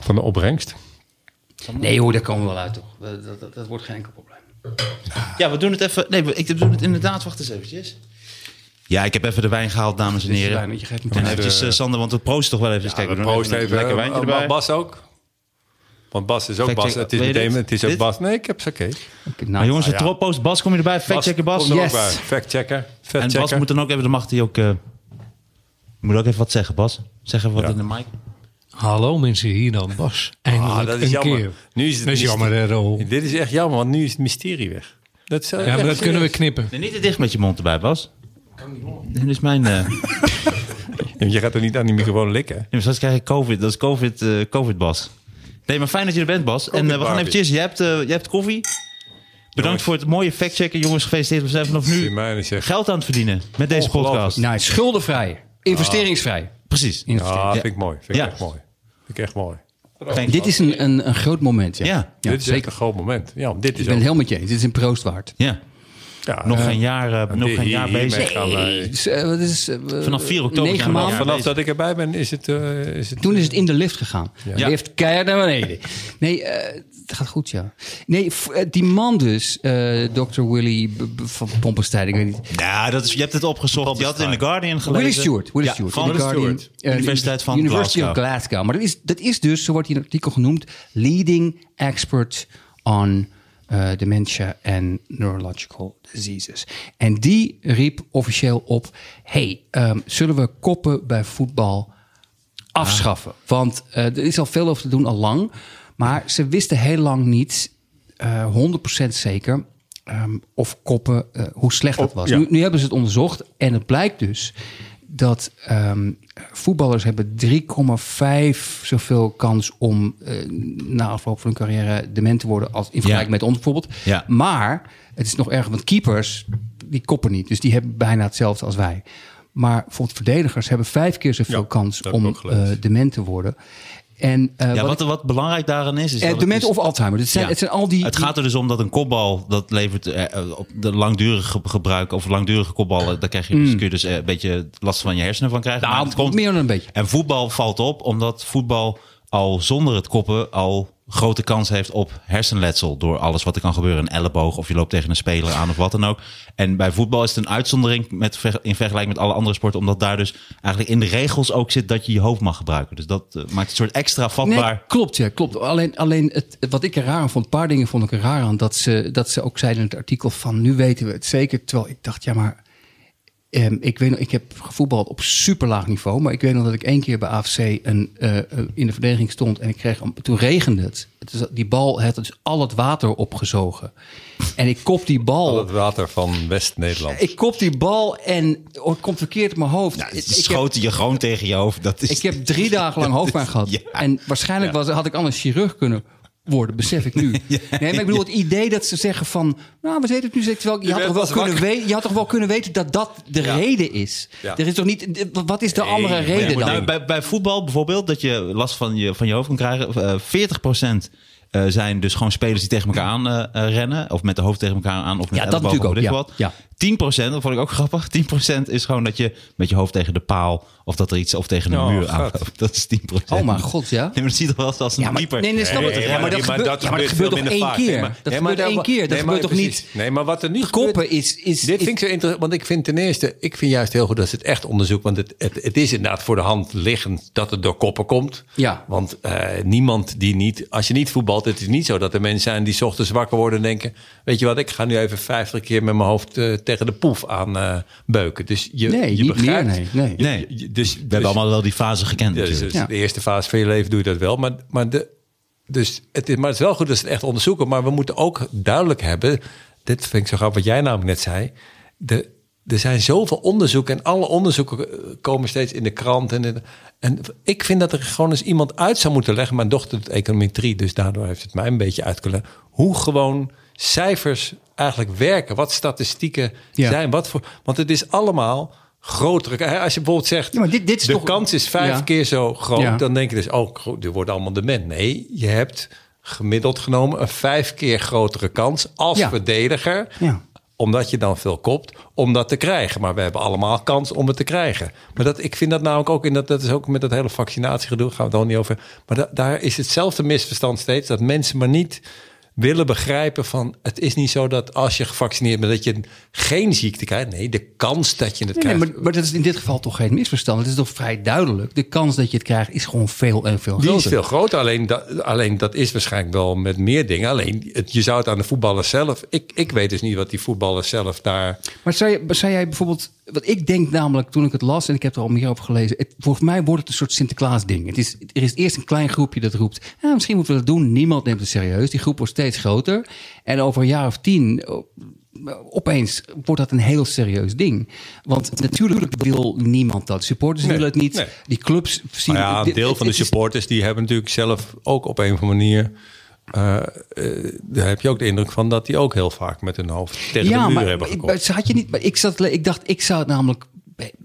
[SPEAKER 3] van de opbrengst.
[SPEAKER 4] Nee hoor, daar komen we wel uit toch. Dat, dat, dat- dat wordt geen enkel probleem.
[SPEAKER 2] Ja, we doen het even. Nee, we- ik doe het inderdaad. Wacht eens eventjes. Ja, ik heb even de wijn gehaald, dames en
[SPEAKER 4] Dit is
[SPEAKER 2] heren.
[SPEAKER 4] wijn, want je geeft me
[SPEAKER 2] En
[SPEAKER 4] thuis.
[SPEAKER 2] eventjes, eh, Sander, want we proosten toch wel even. eens kijken. We doen even een Lekker wijntje
[SPEAKER 3] eh, Maar
[SPEAKER 2] erbij.
[SPEAKER 3] oh, Bas ook. Want Bas is ook
[SPEAKER 2] Fact
[SPEAKER 3] Bas.
[SPEAKER 2] check.
[SPEAKER 3] Het is,
[SPEAKER 2] Wil je
[SPEAKER 3] meteen,
[SPEAKER 2] dit?
[SPEAKER 3] het is ook
[SPEAKER 2] Dit?
[SPEAKER 3] Bas. Nee, ik heb ze oké.
[SPEAKER 4] Oké,
[SPEAKER 2] Maar
[SPEAKER 4] nou,
[SPEAKER 2] jongens, de
[SPEAKER 3] ja.
[SPEAKER 2] trop post. Bas, kom je erbij? Factchecker Bas.
[SPEAKER 3] komt er ook
[SPEAKER 4] Yes.
[SPEAKER 3] bij. Factchecker.
[SPEAKER 2] En Bas
[SPEAKER 3] Factchecker.
[SPEAKER 2] moet dan ook even, dan mag hij ook... eh, moet ook even wat zeggen, Bas. Zeg even wat
[SPEAKER 3] Ja.
[SPEAKER 2] in de mic.
[SPEAKER 5] Hallo mensen, hier dan Bas. Eindelijk
[SPEAKER 3] Ah, dat is
[SPEAKER 5] een
[SPEAKER 3] jammer.
[SPEAKER 5] keer.
[SPEAKER 3] Nu is het
[SPEAKER 5] dat is
[SPEAKER 3] niet-
[SPEAKER 5] jammer, hè, Roel.
[SPEAKER 3] Dit is echt jammer, want nu is het mysterie weg. Dat is,
[SPEAKER 5] Ja, maar dat kunnen we knippen.
[SPEAKER 2] Nee, niet te dicht met je mond erbij, Bas. Nee, dat is mijn... eh,
[SPEAKER 3] Je gaat er niet aan die microfoon likken.
[SPEAKER 2] Nee, maar straks krijg ik COVID. Dat is COVID, eh, COVID Bas. Nee, maar fijn dat je er bent, Bas. en eh, we gaan
[SPEAKER 3] Barbie.
[SPEAKER 2] eventjes... Jij hebt, eh, jij hebt koffie. Bedankt
[SPEAKER 3] Jongens.
[SPEAKER 2] voor het mooie factchecken. Jongens, gefeliciteerd. We zijn vanaf
[SPEAKER 3] Die
[SPEAKER 2] nu
[SPEAKER 3] mijne zegt.
[SPEAKER 2] geld aan het verdienen met deze
[SPEAKER 3] Ongelooflijk.
[SPEAKER 2] podcast.
[SPEAKER 4] nou, schuldenvrij. Investeringsvrij.
[SPEAKER 2] Precies.
[SPEAKER 3] Ja,
[SPEAKER 4] Investering-
[SPEAKER 3] Ah, vind ik mooi. Vind ik
[SPEAKER 2] Ja.
[SPEAKER 3] echt mooi. Vind ik echt mooi.
[SPEAKER 4] Ja. Dit is een, een, een groot moment. Ja,
[SPEAKER 2] Ja.
[SPEAKER 3] dit is echt
[SPEAKER 4] zeker.
[SPEAKER 3] een groot moment. Ja, dit
[SPEAKER 4] Ik
[SPEAKER 3] is
[SPEAKER 4] ben
[SPEAKER 3] ook...
[SPEAKER 4] het heel met je eens. Dit is een proost waard.
[SPEAKER 2] Ja.
[SPEAKER 3] Ja,
[SPEAKER 2] Nog
[SPEAKER 3] eh,
[SPEAKER 2] geen jaar, eh, nog
[SPEAKER 3] hier-
[SPEAKER 2] geen jaar
[SPEAKER 3] hiermee
[SPEAKER 2] bezig.
[SPEAKER 3] gaan wij-
[SPEAKER 4] Dus, eh, wat is, eh,
[SPEAKER 2] Vanaf 4 oktober zijn
[SPEAKER 4] Negen
[SPEAKER 2] we
[SPEAKER 4] maanden.
[SPEAKER 2] al-
[SPEAKER 3] Vanaf
[SPEAKER 2] bezig.
[SPEAKER 3] dat ik erbij ben, is het... eh, is het
[SPEAKER 4] Toen is het in de lift gegaan.
[SPEAKER 2] Ja.
[SPEAKER 4] De lift keihard naar beneden. Nee, eh, het gaat goed, ja. Nee, f- eh, die man dus, eh, Dr. Willy B- B- van Pompenstijd, ik weet niet.
[SPEAKER 2] Nou, dat is, je hebt het opgezocht. Je had het in The Guardian gelezen.
[SPEAKER 4] Willy Stewart. Willy
[SPEAKER 2] Ja,
[SPEAKER 4] Stewart.
[SPEAKER 2] Van
[SPEAKER 4] in The Guardian, eh,
[SPEAKER 2] Universiteit van
[SPEAKER 4] University
[SPEAKER 2] Glasgow.
[SPEAKER 4] of Glasgow. Maar dat is, dat is dus, zo wordt hij in het artikel genoemd, leading expert on eh, dementia and neurological diseases. En die riep officieel op, hey, ehm, zullen we koppen bij voetbal
[SPEAKER 2] Ah.
[SPEAKER 4] afschaffen? Want eh, er is al veel over te doen, al lang. Maar ze wisten heel lang niet, eh 100% zeker, ehm, of koppen, eh, hoe slecht dat was.
[SPEAKER 3] ja.
[SPEAKER 4] Nu, nu hebben ze het onderzocht en het blijkt dus dat ehm, voetballers hebben 3,5 zoveel kans om eh, na afloop van hun carrière dement te worden als in vergelijking met ons bijvoorbeeld.
[SPEAKER 2] Ja.
[SPEAKER 4] Maar het is nog erger, want keepers die koppen niet, dus die hebben bijna hetzelfde als wij. Maar bijvoorbeeld verdedigers hebben vijf keer zoveel
[SPEAKER 3] Ja,
[SPEAKER 4] kans
[SPEAKER 3] dat heb ik
[SPEAKER 4] om
[SPEAKER 3] ook gelezen.
[SPEAKER 4] eh, dement te worden. En eh,
[SPEAKER 2] Ja,
[SPEAKER 4] wat
[SPEAKER 2] wat, wat belangrijk daarin is... is
[SPEAKER 4] eh,
[SPEAKER 2] dat het
[SPEAKER 4] dement
[SPEAKER 2] dus-
[SPEAKER 4] of Alzheimer. Het zijn,
[SPEAKER 2] Ja.
[SPEAKER 4] het zijn al die.
[SPEAKER 2] Het
[SPEAKER 4] die-
[SPEAKER 2] gaat er dus om dat een kopbal, dat levert eh, eh, op de langdurige ge- gebruik of langdurige kopballen, daar krijg je dus, kun je dus eh, een beetje last van je hersenen van krijgen. Maar
[SPEAKER 4] Mm. nou,
[SPEAKER 2] het komt-
[SPEAKER 4] meer dan een beetje.
[SPEAKER 2] En voetbal valt op omdat voetbal al zonder het koppen al grote kans heeft op hersenletsel door alles wat er kan gebeuren. Een elleboog of je loopt tegen een speler aan of wat dan ook. En bij voetbal is het een uitzondering met, ver- in vergelijking met alle andere sporten, omdat daar dus eigenlijk in de regels ook zit dat je je hoofd mag gebruiken. Dus dat eh, maakt het een soort extra vatbaar.
[SPEAKER 4] Nee, klopt, ja, klopt. Alleen, alleen het, wat ik er raar aan vond, een paar dingen vond ik er raar aan. Dat ze, dat ze ook zeiden in het artikel van nu weten we het zeker. Terwijl ik dacht, ja maar, ehm, ik, weet, nog- ik heb gevoetbald op superlaag niveau. Maar ik weet nog dat ik één keer bij AFC een, eh, eh, in de verdediging stond. En ik kreeg, een- toen regende het. Het is- die bal had dus al het water opgezogen. En ik kop die
[SPEAKER 3] Al
[SPEAKER 4] bal.
[SPEAKER 3] het water van West-Nederland.
[SPEAKER 4] Ik kop die bal en oh, het komt verkeerd op mijn hoofd.
[SPEAKER 2] Ja,
[SPEAKER 4] Ik-
[SPEAKER 2] het
[SPEAKER 4] ik heb-
[SPEAKER 2] schoten je gewoon tegen je hoofd. Dat is
[SPEAKER 4] ik heb drie dagen lang hoofdpijn gehad.
[SPEAKER 2] Ja.
[SPEAKER 4] En waarschijnlijk was, had ik anders chirurg kunnen worden, besef ik nu. Nee, maar ik bedoel, het idee dat ze zeggen van... Nou, we weten het nu zeker wel. Je had,
[SPEAKER 3] bent
[SPEAKER 4] toch wel
[SPEAKER 3] pas
[SPEAKER 4] kunnen
[SPEAKER 3] wakker.
[SPEAKER 4] we- je had toch wel kunnen weten dat dat de reden is?
[SPEAKER 3] Ja.
[SPEAKER 4] Er is toch niet... Wat is de andere
[SPEAKER 3] maar je
[SPEAKER 4] reden
[SPEAKER 3] moet
[SPEAKER 4] dan?
[SPEAKER 2] Nou, bij, bij voetbal bijvoorbeeld, dat je last van je, van je hoofd kan krijgen. Eh, 40% eh, zijn dus gewoon spelers die tegen elkaar aan eh, eh, rennen. Of met de hoofd tegen elkaar aan. Of met
[SPEAKER 4] Ja,
[SPEAKER 2] de
[SPEAKER 4] dat
[SPEAKER 2] elleboog,
[SPEAKER 4] natuurlijk
[SPEAKER 2] of
[SPEAKER 4] ook,
[SPEAKER 2] weet ik
[SPEAKER 4] ja,
[SPEAKER 2] wat. 10%, dat vond ik ook grappig. 10% is gewoon dat je met je hoofd tegen de paal. Of dat er iets. Of tegen een
[SPEAKER 3] Oh,
[SPEAKER 2] muur
[SPEAKER 3] gat.
[SPEAKER 2] aanloopt. Dat is 10%.
[SPEAKER 4] Oh mijn god, ja.
[SPEAKER 2] Nee, maar dat ziet er wel eens als een
[SPEAKER 4] Ja, maar,
[SPEAKER 2] keeper.
[SPEAKER 4] nee, nee, snap
[SPEAKER 3] Nee,
[SPEAKER 4] het.
[SPEAKER 3] nee,
[SPEAKER 4] Ja, maar
[SPEAKER 3] maar
[SPEAKER 4] dat
[SPEAKER 3] die- maar
[SPEAKER 4] gebeurt,
[SPEAKER 3] dat
[SPEAKER 4] ja, maar dat
[SPEAKER 3] gebeurt
[SPEAKER 4] gebeurt
[SPEAKER 3] veel minder
[SPEAKER 4] toch één
[SPEAKER 3] vaak.
[SPEAKER 4] keer?
[SPEAKER 3] Nee, maar-
[SPEAKER 4] dat
[SPEAKER 3] nee, maar
[SPEAKER 4] gebeurt één
[SPEAKER 3] daar-
[SPEAKER 4] keer. Dat
[SPEAKER 3] nee, maar
[SPEAKER 4] gebeurt toch
[SPEAKER 3] precies.
[SPEAKER 4] niet?
[SPEAKER 3] Nee, maar wat er nu gebeurt-
[SPEAKER 4] Koppen is... is,
[SPEAKER 3] Dit
[SPEAKER 4] is-
[SPEAKER 3] vind ik zo interessant, want ik vind ten eerste, ik vind juist heel goed dat ze het echt onderzoek, want het, het, het is inderdaad voor de hand liggend dat het door koppen komt.
[SPEAKER 4] Ja.
[SPEAKER 3] Want eh, niemand die niet, als je niet voetbalt, het is niet zo dat er mensen zijn die 's ochtends wakker worden en denken, weet je wat, ik ga nu even 50 keer met mijn hoofd eh, tegen de poef aan eh, beuken. Dus je,
[SPEAKER 4] Nee,
[SPEAKER 3] je
[SPEAKER 4] niet
[SPEAKER 3] begrijpt,
[SPEAKER 4] meer, nee, nee.
[SPEAKER 3] je-
[SPEAKER 2] Nee.
[SPEAKER 3] je- dus,
[SPEAKER 2] We hebben allemaal wel die fase gekend
[SPEAKER 3] ja, dus
[SPEAKER 2] natuurlijk.
[SPEAKER 3] dat is de eerste fase van je leven doe je dat wel. Maar, maar, de, dus het is, maar het is wel goed dat ze het echt onderzoeken. Maar we moeten ook duidelijk hebben... Dit vind ik zo grappig wat jij namelijk net zei. De, er zijn zoveel onderzoeken en alle onderzoeken eh, komen steeds in de krant. En, en- en ik vind dat er gewoon eens iemand uit zou moeten leggen. Mijn dochter doet econometrie, dus daardoor heeft het mij een beetje uit kunnen leggen. Hoe gewoon cijfers eigenlijk werken. Wat statistieken
[SPEAKER 4] Ja.
[SPEAKER 3] zijn. Wat voor, want het is allemaal groter. Als je bijvoorbeeld zegt,
[SPEAKER 4] Ja, maar dit- dit is
[SPEAKER 3] de
[SPEAKER 4] toch-
[SPEAKER 3] kans is vijf
[SPEAKER 4] Ja.
[SPEAKER 3] keer keer zo groot,
[SPEAKER 4] Ja.
[SPEAKER 3] dan denk je dus, oh, gro- dit wordt allemaal de men. Nee, je hebt gemiddeld genomen een vijf keer grotere kans als
[SPEAKER 4] Ja.
[SPEAKER 3] verdediger,
[SPEAKER 4] Ja.
[SPEAKER 3] omdat je dan veel kopt, om dat te krijgen. Maar we hebben allemaal kans om het te krijgen. Maar dat, ik vind dat namelijk ook in dat, dat is ook met dat hele vaccinatiegedoe, gaan we het al niet over. Maar da- daar is hetzelfde misverstand steeds, dat mensen maar niet willen begrijpen van het is niet zo dat als je gevaccineerd bent dat je geen ziekte krijgt. Nee, de kans dat je het
[SPEAKER 4] Nee, nee,
[SPEAKER 3] krijgt.
[SPEAKER 4] maar, maar dat is in dit geval toch geen misverstand. Het is toch vrij duidelijk. De kans dat je het krijgt is gewoon veel en veel
[SPEAKER 3] Die
[SPEAKER 4] groter.
[SPEAKER 3] is veel groter. Alleen dat, alleen dat is waarschijnlijk wel met meer dingen. Alleen het, je zou het aan de voetballers zelf. Ik, ik weet dus niet wat die voetballers zelf daar.
[SPEAKER 4] Maar zei, je- zei jij bijvoorbeeld, wat ik denk namelijk toen ik het las en ik heb er al meer over gelezen, het, volgens mij wordt het een soort Sinterklaas ding. Het is, er is eerst een klein groepje dat roept, "Ah, misschien moeten we dat doen. Niemand neemt het serieus. Die groep wordt steeds groter. En over een jaar of tien, o- opeens wordt dat een heel serieus ding. Want natuurlijk wil niemand dat. Supporters
[SPEAKER 3] Nee,
[SPEAKER 4] willen het niet.
[SPEAKER 3] nee. Nou
[SPEAKER 4] Die clubs zien
[SPEAKER 3] ja, een
[SPEAKER 4] dit-
[SPEAKER 3] deel
[SPEAKER 4] het-
[SPEAKER 3] van de
[SPEAKER 4] het is-
[SPEAKER 3] supporters die hebben natuurlijk zelf ook op een of andere manier. eh, eh, daar heb je ook de indruk van dat die ook heel vaak met hun hoofd tegen de muur
[SPEAKER 4] maar,
[SPEAKER 3] hebben
[SPEAKER 4] maar-
[SPEAKER 3] gekomen.
[SPEAKER 4] maar ze had je niet, maar ik, zat, le- ik dacht, ik zou het namelijk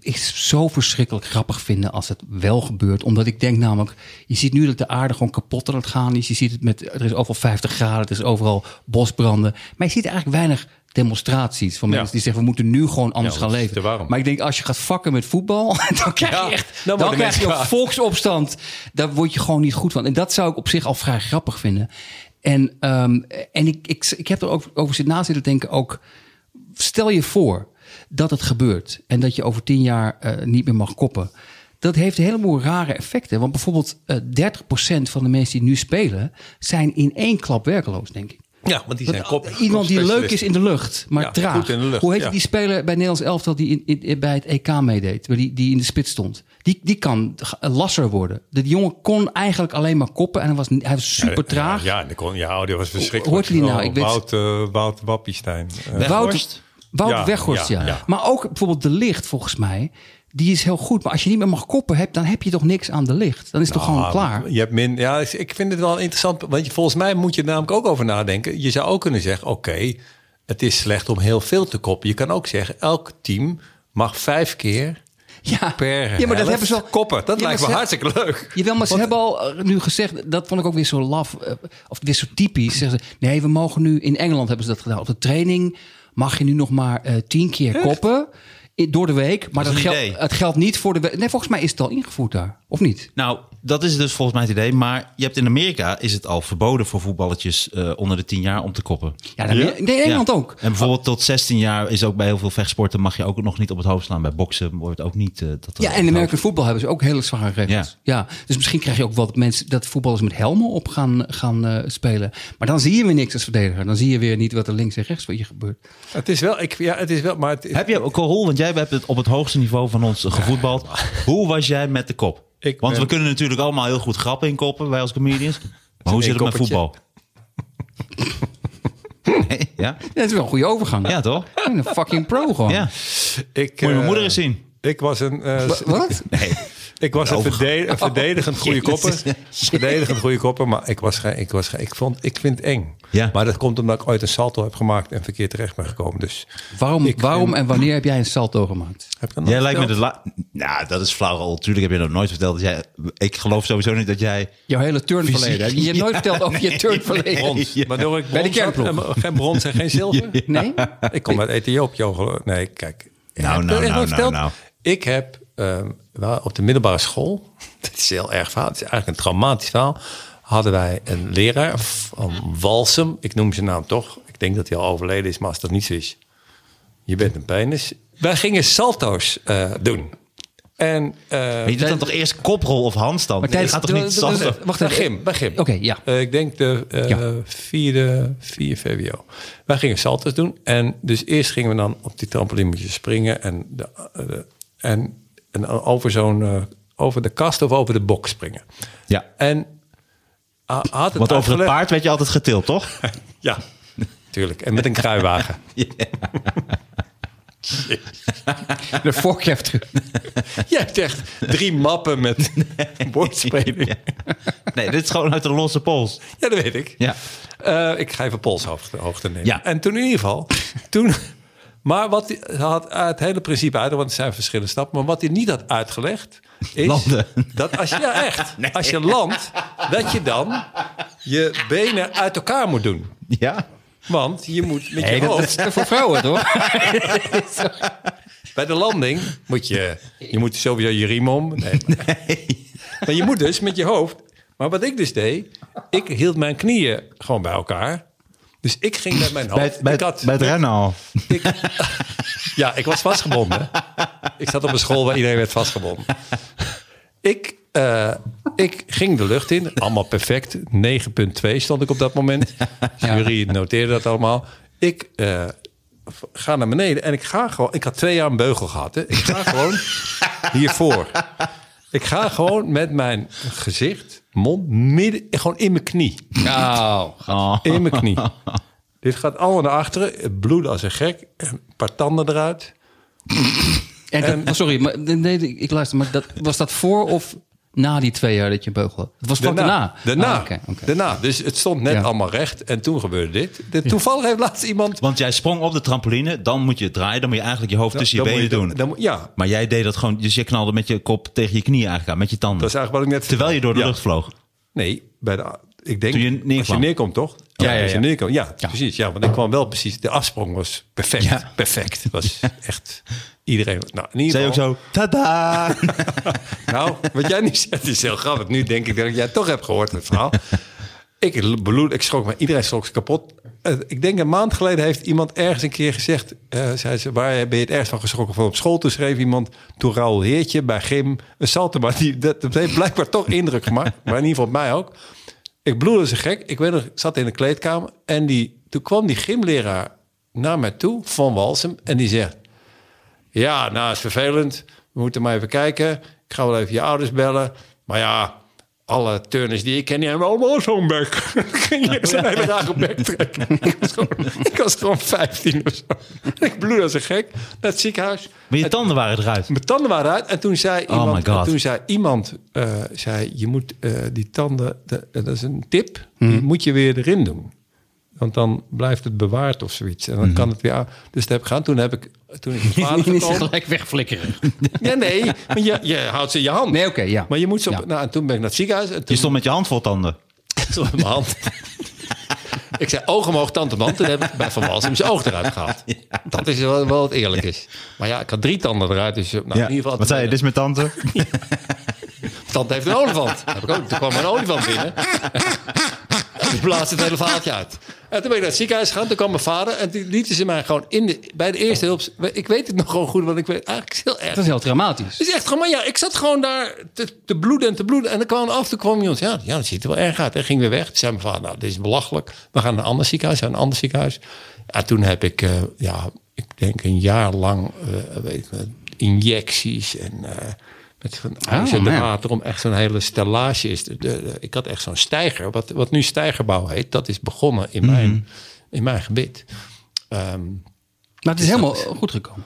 [SPEAKER 4] ik zo verschrikkelijk grappig vinden als het wel gebeurt. Omdat ik denk namelijk, je ziet nu dat de aarde gewoon kapot aan het gaan is. Je ziet het met, er is overal 50 graden, het is overal bosbranden. Maar je ziet eigenlijk weinig demonstraties van
[SPEAKER 3] Ja.
[SPEAKER 4] mensen die zeggen... we moeten nu gewoon anders
[SPEAKER 3] Ja,
[SPEAKER 4] gaan
[SPEAKER 3] dat is
[SPEAKER 4] leven.
[SPEAKER 3] te warm.
[SPEAKER 4] Maar ik denk, als je gaat fakken met voetbal... dan krijg je
[SPEAKER 3] Ja,
[SPEAKER 4] echt
[SPEAKER 3] dan
[SPEAKER 4] dan
[SPEAKER 3] worden
[SPEAKER 4] krijg je
[SPEAKER 3] mensen
[SPEAKER 4] een
[SPEAKER 3] kwaad.
[SPEAKER 4] volksopstand. Daar word je gewoon niet goed van. En dat zou ik op zich al vrij grappig vinden. En, ehm, en ik, ik, ik heb er ook over zitten na zitten denken ook... Stel je voor dat het gebeurt en dat je over tien jaar eh, niet meer mag koppen. Dat heeft een heleboel rare effecten. Want bijvoorbeeld eh 30% van de mensen die nu spelen... zijn in één klap werkeloos, denk ik.
[SPEAKER 3] ja, want die zijn
[SPEAKER 4] Want,
[SPEAKER 3] kop.
[SPEAKER 4] eh, iemand die leuk is
[SPEAKER 3] kopspecialisten.
[SPEAKER 4] in de lucht, maar
[SPEAKER 3] Ja,
[SPEAKER 4] traag.
[SPEAKER 3] goed in de lucht,
[SPEAKER 4] Hoe heet
[SPEAKER 3] ja.
[SPEAKER 4] die speler bij Nederlands Elftal die in, in- bij het EK meedeed? Die, die in de spits stond. Die, die kan g- lasser worden. De jongen kon eigenlijk alleen maar koppen en hij was, hij was super traag.
[SPEAKER 3] Ja, en die kon, ja, oh, die was verschrikkelijk.
[SPEAKER 4] Hoort die nou? Ik weet-
[SPEAKER 3] Wout, eh, Wout Wappiestein. Eh,
[SPEAKER 4] Wout, Wout
[SPEAKER 3] Ja,
[SPEAKER 4] Weghorst, ja,
[SPEAKER 3] ja, ja.
[SPEAKER 4] Maar ook bijvoorbeeld de licht, volgens mij. Die is heel goed. Maar als je niet meer mag koppen, hebt, dan heb je toch niks aan de licht. Dan is het toch gewoon
[SPEAKER 3] Ah,
[SPEAKER 4] klaar.
[SPEAKER 3] Je hebt min, ja, ik- ik vind het wel interessant. Want je, volgens mij moet je er namelijk ook over nadenken. Je zou ook kunnen zeggen: oké, het is slecht om heel veel te koppen. Je kan ook zeggen: elk team mag vijf keer
[SPEAKER 4] Ja,
[SPEAKER 3] Per
[SPEAKER 4] ja maar dat
[SPEAKER 3] helft.
[SPEAKER 4] hebben ze al
[SPEAKER 3] Koppen, dat
[SPEAKER 4] Ja,
[SPEAKER 3] lijkt me
[SPEAKER 4] maar ze-
[SPEAKER 3] hartstikke leuk.
[SPEAKER 4] Jawel, maar ze hebben al eh, nu gezegd, dat vond ik ook weer zo laf, eh, of weer zo typisch. Zeggen ze, nee, we mogen nu, in Engeland hebben ze dat gedaan. Op de training mag je nu nog maar eh, tien keer koppen i- door de week. Maar
[SPEAKER 2] Dat
[SPEAKER 4] dat,
[SPEAKER 2] is een
[SPEAKER 4] geldt,
[SPEAKER 2] idee.
[SPEAKER 4] het geldt niet voor de we- Nee, volgens mij is het al ingevoerd daar, of niet?
[SPEAKER 2] Nou, dat is dus volgens mij het idee. Maar je hebt in Amerika is het al verboden voor voetballetjes eh, onder de 10 jaar om te koppen.
[SPEAKER 4] Ja, dan- nee, in Engeland
[SPEAKER 2] Ja.
[SPEAKER 4] ook.
[SPEAKER 2] En bijvoorbeeld tot 16 jaar is ook bij heel veel vechtsporten mag je ook nog niet op het hoofd slaan. Bij boksen wordt ook niet. eh, dat
[SPEAKER 4] Ja, en in American voetbal hebben ze ook hele zware regels. Ja. dus misschien krijg je ook wel dat mensen dat voetballers met helmen op gaan, gaan eh, spelen. Maar dan zie je weer niks als verdediger. Dan zie je weer niet wat er links en rechts van je gebeurt.
[SPEAKER 3] Het is wel, ik, ja, het is wel, maar het,
[SPEAKER 2] Heb je Cahul, want jij hebt het op het hoogste niveau van ons gevoetbald. Hoe was jij met de kop?
[SPEAKER 3] Ik
[SPEAKER 2] want
[SPEAKER 3] ben-
[SPEAKER 2] we kunnen natuurlijk allemaal heel goed grappen inkoppen, wij als comedians. Maar hoe zit het met
[SPEAKER 3] inkoppertje.
[SPEAKER 2] voetbal? Nee, ja?
[SPEAKER 4] Ja, dat is wel een goede overgang.
[SPEAKER 2] ja, toch?
[SPEAKER 4] Ik ben Een fucking pro gewoon.
[SPEAKER 2] Ja.
[SPEAKER 3] ik,
[SPEAKER 2] Moet je mijn
[SPEAKER 3] eh,
[SPEAKER 2] moeder eens zien.
[SPEAKER 3] Ik was een, eh,
[SPEAKER 4] Wa- Oh. Wat?
[SPEAKER 3] ik was een, verde- een verdedigend goede
[SPEAKER 2] Jezus.
[SPEAKER 3] kopper. Verdedigend goede kopper, maar ik, was geen, ik, was geen, ik, vond, ik vind het eng.
[SPEAKER 2] Ja.
[SPEAKER 3] Maar dat komt omdat ik ooit een salto heb gemaakt en verkeerd terecht ben gekomen. Dus
[SPEAKER 4] Waarom,
[SPEAKER 3] Ik
[SPEAKER 4] waarom en wanneer heb jij een salto gemaakt?
[SPEAKER 3] heb ik dat nog
[SPEAKER 2] Jij lijkt me de
[SPEAKER 3] verteld?
[SPEAKER 2] la... Nou, dat is flauw. Natuurlijk heb je dat nooit verteld. Dat jij... Ik geloof sowieso niet dat jij...
[SPEAKER 4] Jouw hele turnverleden.
[SPEAKER 2] Fysiek.
[SPEAKER 4] Je hebt nooit verteld over je turnverleden.
[SPEAKER 2] nee.
[SPEAKER 4] Nee.
[SPEAKER 3] Brons.
[SPEAKER 2] Ja.
[SPEAKER 3] Waardoor ik
[SPEAKER 4] Bij de
[SPEAKER 3] brons had
[SPEAKER 4] kernploeg.
[SPEAKER 3] en- geen brons en geen zilver. Ik kom uit Ethiopië. joh, geloof- Nee, kijk.
[SPEAKER 2] Nou,
[SPEAKER 3] Heb ik
[SPEAKER 2] nou,
[SPEAKER 3] dat echt
[SPEAKER 2] nou,
[SPEAKER 3] nooit
[SPEAKER 2] nou,
[SPEAKER 3] verteld?
[SPEAKER 2] nou.
[SPEAKER 3] Ik heb ehm, wel op de middelbare school... Dit is een heel erg verhaal. Het is eigenlijk een traumatisch verhaal. Hadden wij een leraar van Walsum. Ik noem zijn naam toch. Ik denk dat hij al overleden is, maar als dat niet zo is... Je bent een penis. Wij gingen salto's eh, doen. En... eh,
[SPEAKER 2] Maar je doet dan toch eerst koprol of handstand?
[SPEAKER 4] Maar
[SPEAKER 2] Nee, je
[SPEAKER 4] tijdens-
[SPEAKER 2] gaat toch niet
[SPEAKER 4] dat- dat-
[SPEAKER 2] zanden?
[SPEAKER 4] dat- Wacht
[SPEAKER 3] bij
[SPEAKER 4] even.
[SPEAKER 3] Gym, bij Gym.
[SPEAKER 4] Oké, ja.
[SPEAKER 3] Eh, ik denk de eh,
[SPEAKER 4] Ja.
[SPEAKER 3] vierde, vier VWO. Wij gingen salto's doen. En dus eerst gingen we dan op die trampolinetjes springen. En, de, eh, de- en, en over zo'n... eh, over de kast of over de bok springen.
[SPEAKER 2] Ja.
[SPEAKER 3] En ah, had het
[SPEAKER 2] Want over het
[SPEAKER 3] uitgelegd-
[SPEAKER 2] paard werd je altijd getild, toch?
[SPEAKER 3] Ja, tuurlijk. En met een kruiwagen.
[SPEAKER 4] De vork heeft ge-
[SPEAKER 3] Jij hebt echt drie mappen met woordspeling.
[SPEAKER 2] Nee, dit is gewoon uit de losse pols.
[SPEAKER 3] Ja, dat weet ik.
[SPEAKER 2] Ja.
[SPEAKER 3] Eh, ik ga even polshoogte hoogte nemen.
[SPEAKER 2] Ja.
[SPEAKER 3] En toen in ieder geval. Toen, maar wat hij hij had het hele principe uit, want het zijn verschillende stappen. Maar wat hij niet had uitgelegd is
[SPEAKER 2] Landen.
[SPEAKER 3] dat als je ja, echt, als je landt, dat je dan je benen uit elkaar moet doen.
[SPEAKER 2] Ja?
[SPEAKER 3] Want je moet met je
[SPEAKER 4] Nee, dat
[SPEAKER 3] hoofd
[SPEAKER 4] is voor vrouwen, toch?
[SPEAKER 3] bij de landing moet je, je moet sowieso je riem om. Nee, maar, maar je moet dus met je hoofd. Maar wat ik dus deed, ik hield mijn knieën gewoon bij elkaar. Dus ik ging met mijn hoofd.
[SPEAKER 2] Bij het, bij,
[SPEAKER 3] ik
[SPEAKER 2] het,
[SPEAKER 3] had-
[SPEAKER 2] bij het rennen al.
[SPEAKER 3] ik, ja, ik was vastgebonden. Ik zat op een school waar iedereen werd vastgebonden. Ik, eh, ik ging de lucht in. Allemaal perfect. 9.2 stond ik op dat moment. De jury noteerde dat allemaal. Ik eh, v- ga naar beneden en ik ga gewoon... Ik had twee jaar een beugel gehad. Hè. Ik ga gewoon hiervoor. Ik ga gewoon met mijn gezicht, mond, midden... Gewoon in mijn knie.
[SPEAKER 4] Nou,
[SPEAKER 2] Oh.
[SPEAKER 3] In mijn knie. Dit gaat allemaal naar achteren. Het bloedde als een gek. Een paar tanden eruit.
[SPEAKER 4] en dat- oh, sorry, maar, nee, nee, ik luister. Maar dat, was dat voor of na die twee jaar dat je een beugel had? Het was vlak daarna.
[SPEAKER 3] Daarna.
[SPEAKER 4] Ah, oké, oké.
[SPEAKER 3] daarna. Dus het stond net
[SPEAKER 4] Ja.
[SPEAKER 3] allemaal recht. En toen gebeurde dit. De, toevallig heeft laatst iemand...
[SPEAKER 2] Want jij sprong op de trampoline, dan moet je het draaien. Dan moet je eigenlijk je hoofd tussen je
[SPEAKER 3] Dan moet
[SPEAKER 2] benen doen.
[SPEAKER 3] dan moet- ja,
[SPEAKER 2] Maar jij deed dat gewoon, dus je knalde met je kop tegen je knie eigenlijk aan, met je tanden.
[SPEAKER 3] dat is eigenlijk wat ik net...
[SPEAKER 2] Terwijl je door de
[SPEAKER 3] Ja.
[SPEAKER 2] lucht vloog.
[SPEAKER 3] Nee, bij de, ik denk
[SPEAKER 2] Toen je
[SPEAKER 3] als je
[SPEAKER 2] neerkwam.
[SPEAKER 3] neerkomt, toch?
[SPEAKER 2] Ja, ja,
[SPEAKER 3] als je
[SPEAKER 2] ja.
[SPEAKER 3] neerkomt. Ja,
[SPEAKER 4] Ja.
[SPEAKER 3] precies. Ja, want ik kwam wel precies... De afsprong was perfect.
[SPEAKER 2] Ja.
[SPEAKER 3] Perfect. Het was echt... Iedereen... Nou, in
[SPEAKER 2] Zei
[SPEAKER 3] ieder
[SPEAKER 2] je ook
[SPEAKER 3] geval...
[SPEAKER 2] zo, tada!
[SPEAKER 3] Nou, wat jij nu zegt is heel grappig. Nu denk ik dat ik jij toch heb gehoord, het verhaal. Ik bloed, ik schrok me, iedereen schrok zich kapot. Eh, Ik denk een maand geleden heeft iemand ergens een keer gezegd... eh, zei ze, waar ben je het ergst van geschrokken van op school? Toen schreef iemand, toen Raoul Heertje bij Gym een salto. Maar die, dat, dat heeft blijkbaar toch indruk gemaakt. Maar in ieder geval op mij ook. Ik bloedde ze gek. Ik weet nog, ik zat in de kleedkamer. En die, toen kwam die gymleraar naar mij toe, Van Walsum. En die zegt, ja, nou is vervelend. We moeten maar even kijken. Ik ga wel even je ouders bellen. Maar ja, alle turners die ik ken, die hebben allemaal zo'n bek. Ging je zo'n hele rare bek trekken. ik, was gewoon, ik was gewoon 15 of zo. Ik bloed als een gek naar het ziekenhuis.
[SPEAKER 2] Maar je tanden waren eruit.
[SPEAKER 3] Mijn tanden waren uit. En toen zei iemand,
[SPEAKER 2] Oh my God.
[SPEAKER 3] en toen zei, iemand eh,
[SPEAKER 2] Hmm.
[SPEAKER 3] zei, je moet eh, die tanden, de- eh, dat is een tip, die moet je weer erin doen. Want dan blijft het bewaard of zoiets. En
[SPEAKER 2] Hmm.
[SPEAKER 3] dan kan het ja. Dus dat heb ik gedaan. Toen heb ik. Toen ik mijn vader
[SPEAKER 4] is
[SPEAKER 3] gekocht-
[SPEAKER 4] gelijk wegflikkeren.
[SPEAKER 3] Ja, nee. Maar je, je houdt ze in je hand.
[SPEAKER 4] Nee, oké, ja.
[SPEAKER 3] Maar je moet ze. op-
[SPEAKER 4] Ja.
[SPEAKER 3] Nou, en toen ben ik naar het ziekenhuis. En
[SPEAKER 2] Je
[SPEAKER 3] toen
[SPEAKER 2] stond met je hand vol tanden.
[SPEAKER 3] stond mijn hand. ik zei oog omhoog, tand omhoog. Toen heb ik bij Van Walsum zijn oog eruit gehaald. Dat is wel, wel wat eerlijk is. Maar ja, ik had drie tanden eruit. Dus eh, nou, in ieder geval.
[SPEAKER 2] Wat zei je? Dit is mijn tante.
[SPEAKER 3] Tante heeft een olifant. Dat heb ik ook. Toen kwam er een olifant binnen. Die blaast het hele verhaaltje uit. En toen ben ik naar het ziekenhuis gegaan. Toen kwam mijn vader. En toen lieten ze mij gewoon in de, bij de eerste hulp. Ik weet het nog gewoon goed, want ik weet eigenlijk het is heel erg.
[SPEAKER 4] Dat is heel dramatisch.
[SPEAKER 3] Het is echt gewoon, maar ja, ik zat gewoon daar te, te bloeden en te bloeden. En dan kwam af, toen kwam jongens, ja, ja, dat ziet er wel erg uit. En ging weer weg. Toen zei mijn vader, nou, dit is belachelijk. We gaan naar een ander ziekenhuis, naar een ander ziekenhuis. En toen heb ik, eh, ja, ik denk een jaar lang, eh, weet ik, wat, injecties en... eh met van ijzerdraad
[SPEAKER 4] Oh, man.
[SPEAKER 3] erom echt zo'n hele stellage is. De- de- de- ik had echt zo'n stijger, wat, wat nu stijgerbouw heet. Dat is begonnen in mijn,
[SPEAKER 4] Mhm.
[SPEAKER 3] in mijn gebied. Ehm,
[SPEAKER 4] Maar het is Oh. helemaal goed gekomen.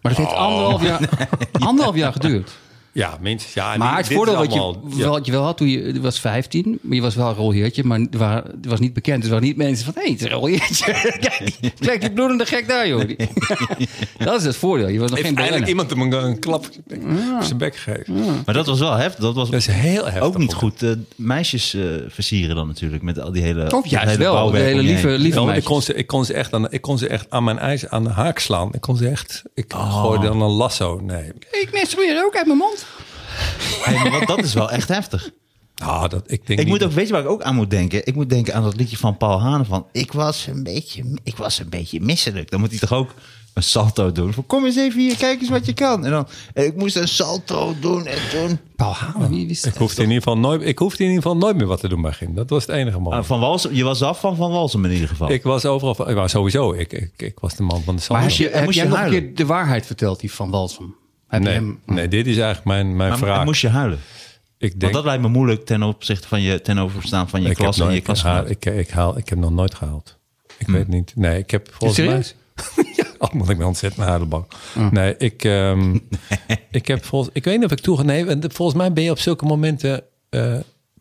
[SPEAKER 4] Maar dat heeft anderhalf, jaar, anderhalf jaar geduurd.
[SPEAKER 3] ja, minstens. Ja, en
[SPEAKER 4] Maar
[SPEAKER 3] die-
[SPEAKER 4] het
[SPEAKER 3] dit
[SPEAKER 4] voordeel
[SPEAKER 3] is
[SPEAKER 4] wat je,
[SPEAKER 3] allemaal- ja.
[SPEAKER 4] wel- wat je wel had toen je, je was 15, maar je was wel een rolheertje, maar er waren- het was niet bekend. Dus er waren niet mensen van, hé, hey, het is een rolheertje. Kijk, die- Kijk die bloedende gek daar, joh. Die- dat is het voordeel. Je was nog
[SPEAKER 3] Heeft
[SPEAKER 4] geen
[SPEAKER 3] eindelijk
[SPEAKER 4] BN'er.
[SPEAKER 3] iemand hem een, een klap op zijn bek gegeven.
[SPEAKER 2] Maar dat was wel heftig. Dat was
[SPEAKER 3] Dat is heel heftig.
[SPEAKER 2] ook niet goed. eh, meisjes eh, versieren dan natuurlijk met al die hele.
[SPEAKER 4] Of juist
[SPEAKER 2] hele
[SPEAKER 4] wel, de
[SPEAKER 2] bouwwerk
[SPEAKER 4] hele
[SPEAKER 2] om je
[SPEAKER 4] lieve-
[SPEAKER 2] heen.
[SPEAKER 4] lieve-
[SPEAKER 3] Ja, want ik,
[SPEAKER 4] meisjes.
[SPEAKER 3] kon ze, ik, kon ze echt aan, ik kon ze echt aan mijn ijs aan de haak slaan. Ik kon ze echt... Ik
[SPEAKER 2] Ah.
[SPEAKER 3] gooide dan een lasso. Nee.
[SPEAKER 4] Ik menstrueer ook uit mijn mond.
[SPEAKER 2] Hey, maar wat- dat is wel echt heftig.
[SPEAKER 3] Ah, dat, ik denk
[SPEAKER 2] Ik
[SPEAKER 3] niet
[SPEAKER 2] moet
[SPEAKER 3] dat-
[SPEAKER 2] ook, weet je waar ik ook aan moet denken? Ik moet denken aan dat liedje van Paul Hane van... Ik was een beetje, ik was een beetje misselijk. Dan moet hij toch ook een salto doen? Van, kom eens even hier, kijk eens wat je kan. En dan, eh, ik moest een salto doen en toen...
[SPEAKER 4] Paul Halen, wie wist
[SPEAKER 3] ik hoefde, in ieder geval nooit, ik hoefde in ieder geval nooit meer wat te doen bij Gim. Dat was het enige man.
[SPEAKER 2] Ah, van Walsum, je was af van Van Walsum in ieder geval.
[SPEAKER 3] ik was overal... van- Maar sowieso, ik, ik, ik was de man van de
[SPEAKER 4] Maar
[SPEAKER 3] salto.
[SPEAKER 4] heb, je, heb
[SPEAKER 2] moest
[SPEAKER 4] jij
[SPEAKER 2] je
[SPEAKER 4] nog een
[SPEAKER 2] huilen?
[SPEAKER 4] keer de waarheid verteld, die van Walsum? Heb je
[SPEAKER 3] Nee,
[SPEAKER 4] hem-
[SPEAKER 3] nee, dit is eigenlijk mijn, mijn
[SPEAKER 2] maar
[SPEAKER 3] vraag.
[SPEAKER 2] moest je huilen?
[SPEAKER 3] ik
[SPEAKER 2] Want
[SPEAKER 3] denk...
[SPEAKER 2] dat lijkt me moeilijk ten opzichte van je... ten overstaan van je
[SPEAKER 3] ik, heb
[SPEAKER 2] klas en
[SPEAKER 3] nooit-
[SPEAKER 2] je
[SPEAKER 3] ik, haal,
[SPEAKER 2] klasgenoten.
[SPEAKER 3] ik, eh, ik, haal, ik heb nog nooit gehaald.
[SPEAKER 2] Hmm.
[SPEAKER 3] Ik weet niet. Nee, ik heb volgens mij...
[SPEAKER 4] serieus?
[SPEAKER 3] ja, oh, moet ik mijn hand zetten naar de bank.
[SPEAKER 4] Ah.
[SPEAKER 3] Nee, ik, ehm, ik heb volgens... Ik weet niet of ik toegeneven... Volgens mij ben je op zulke momenten... eh,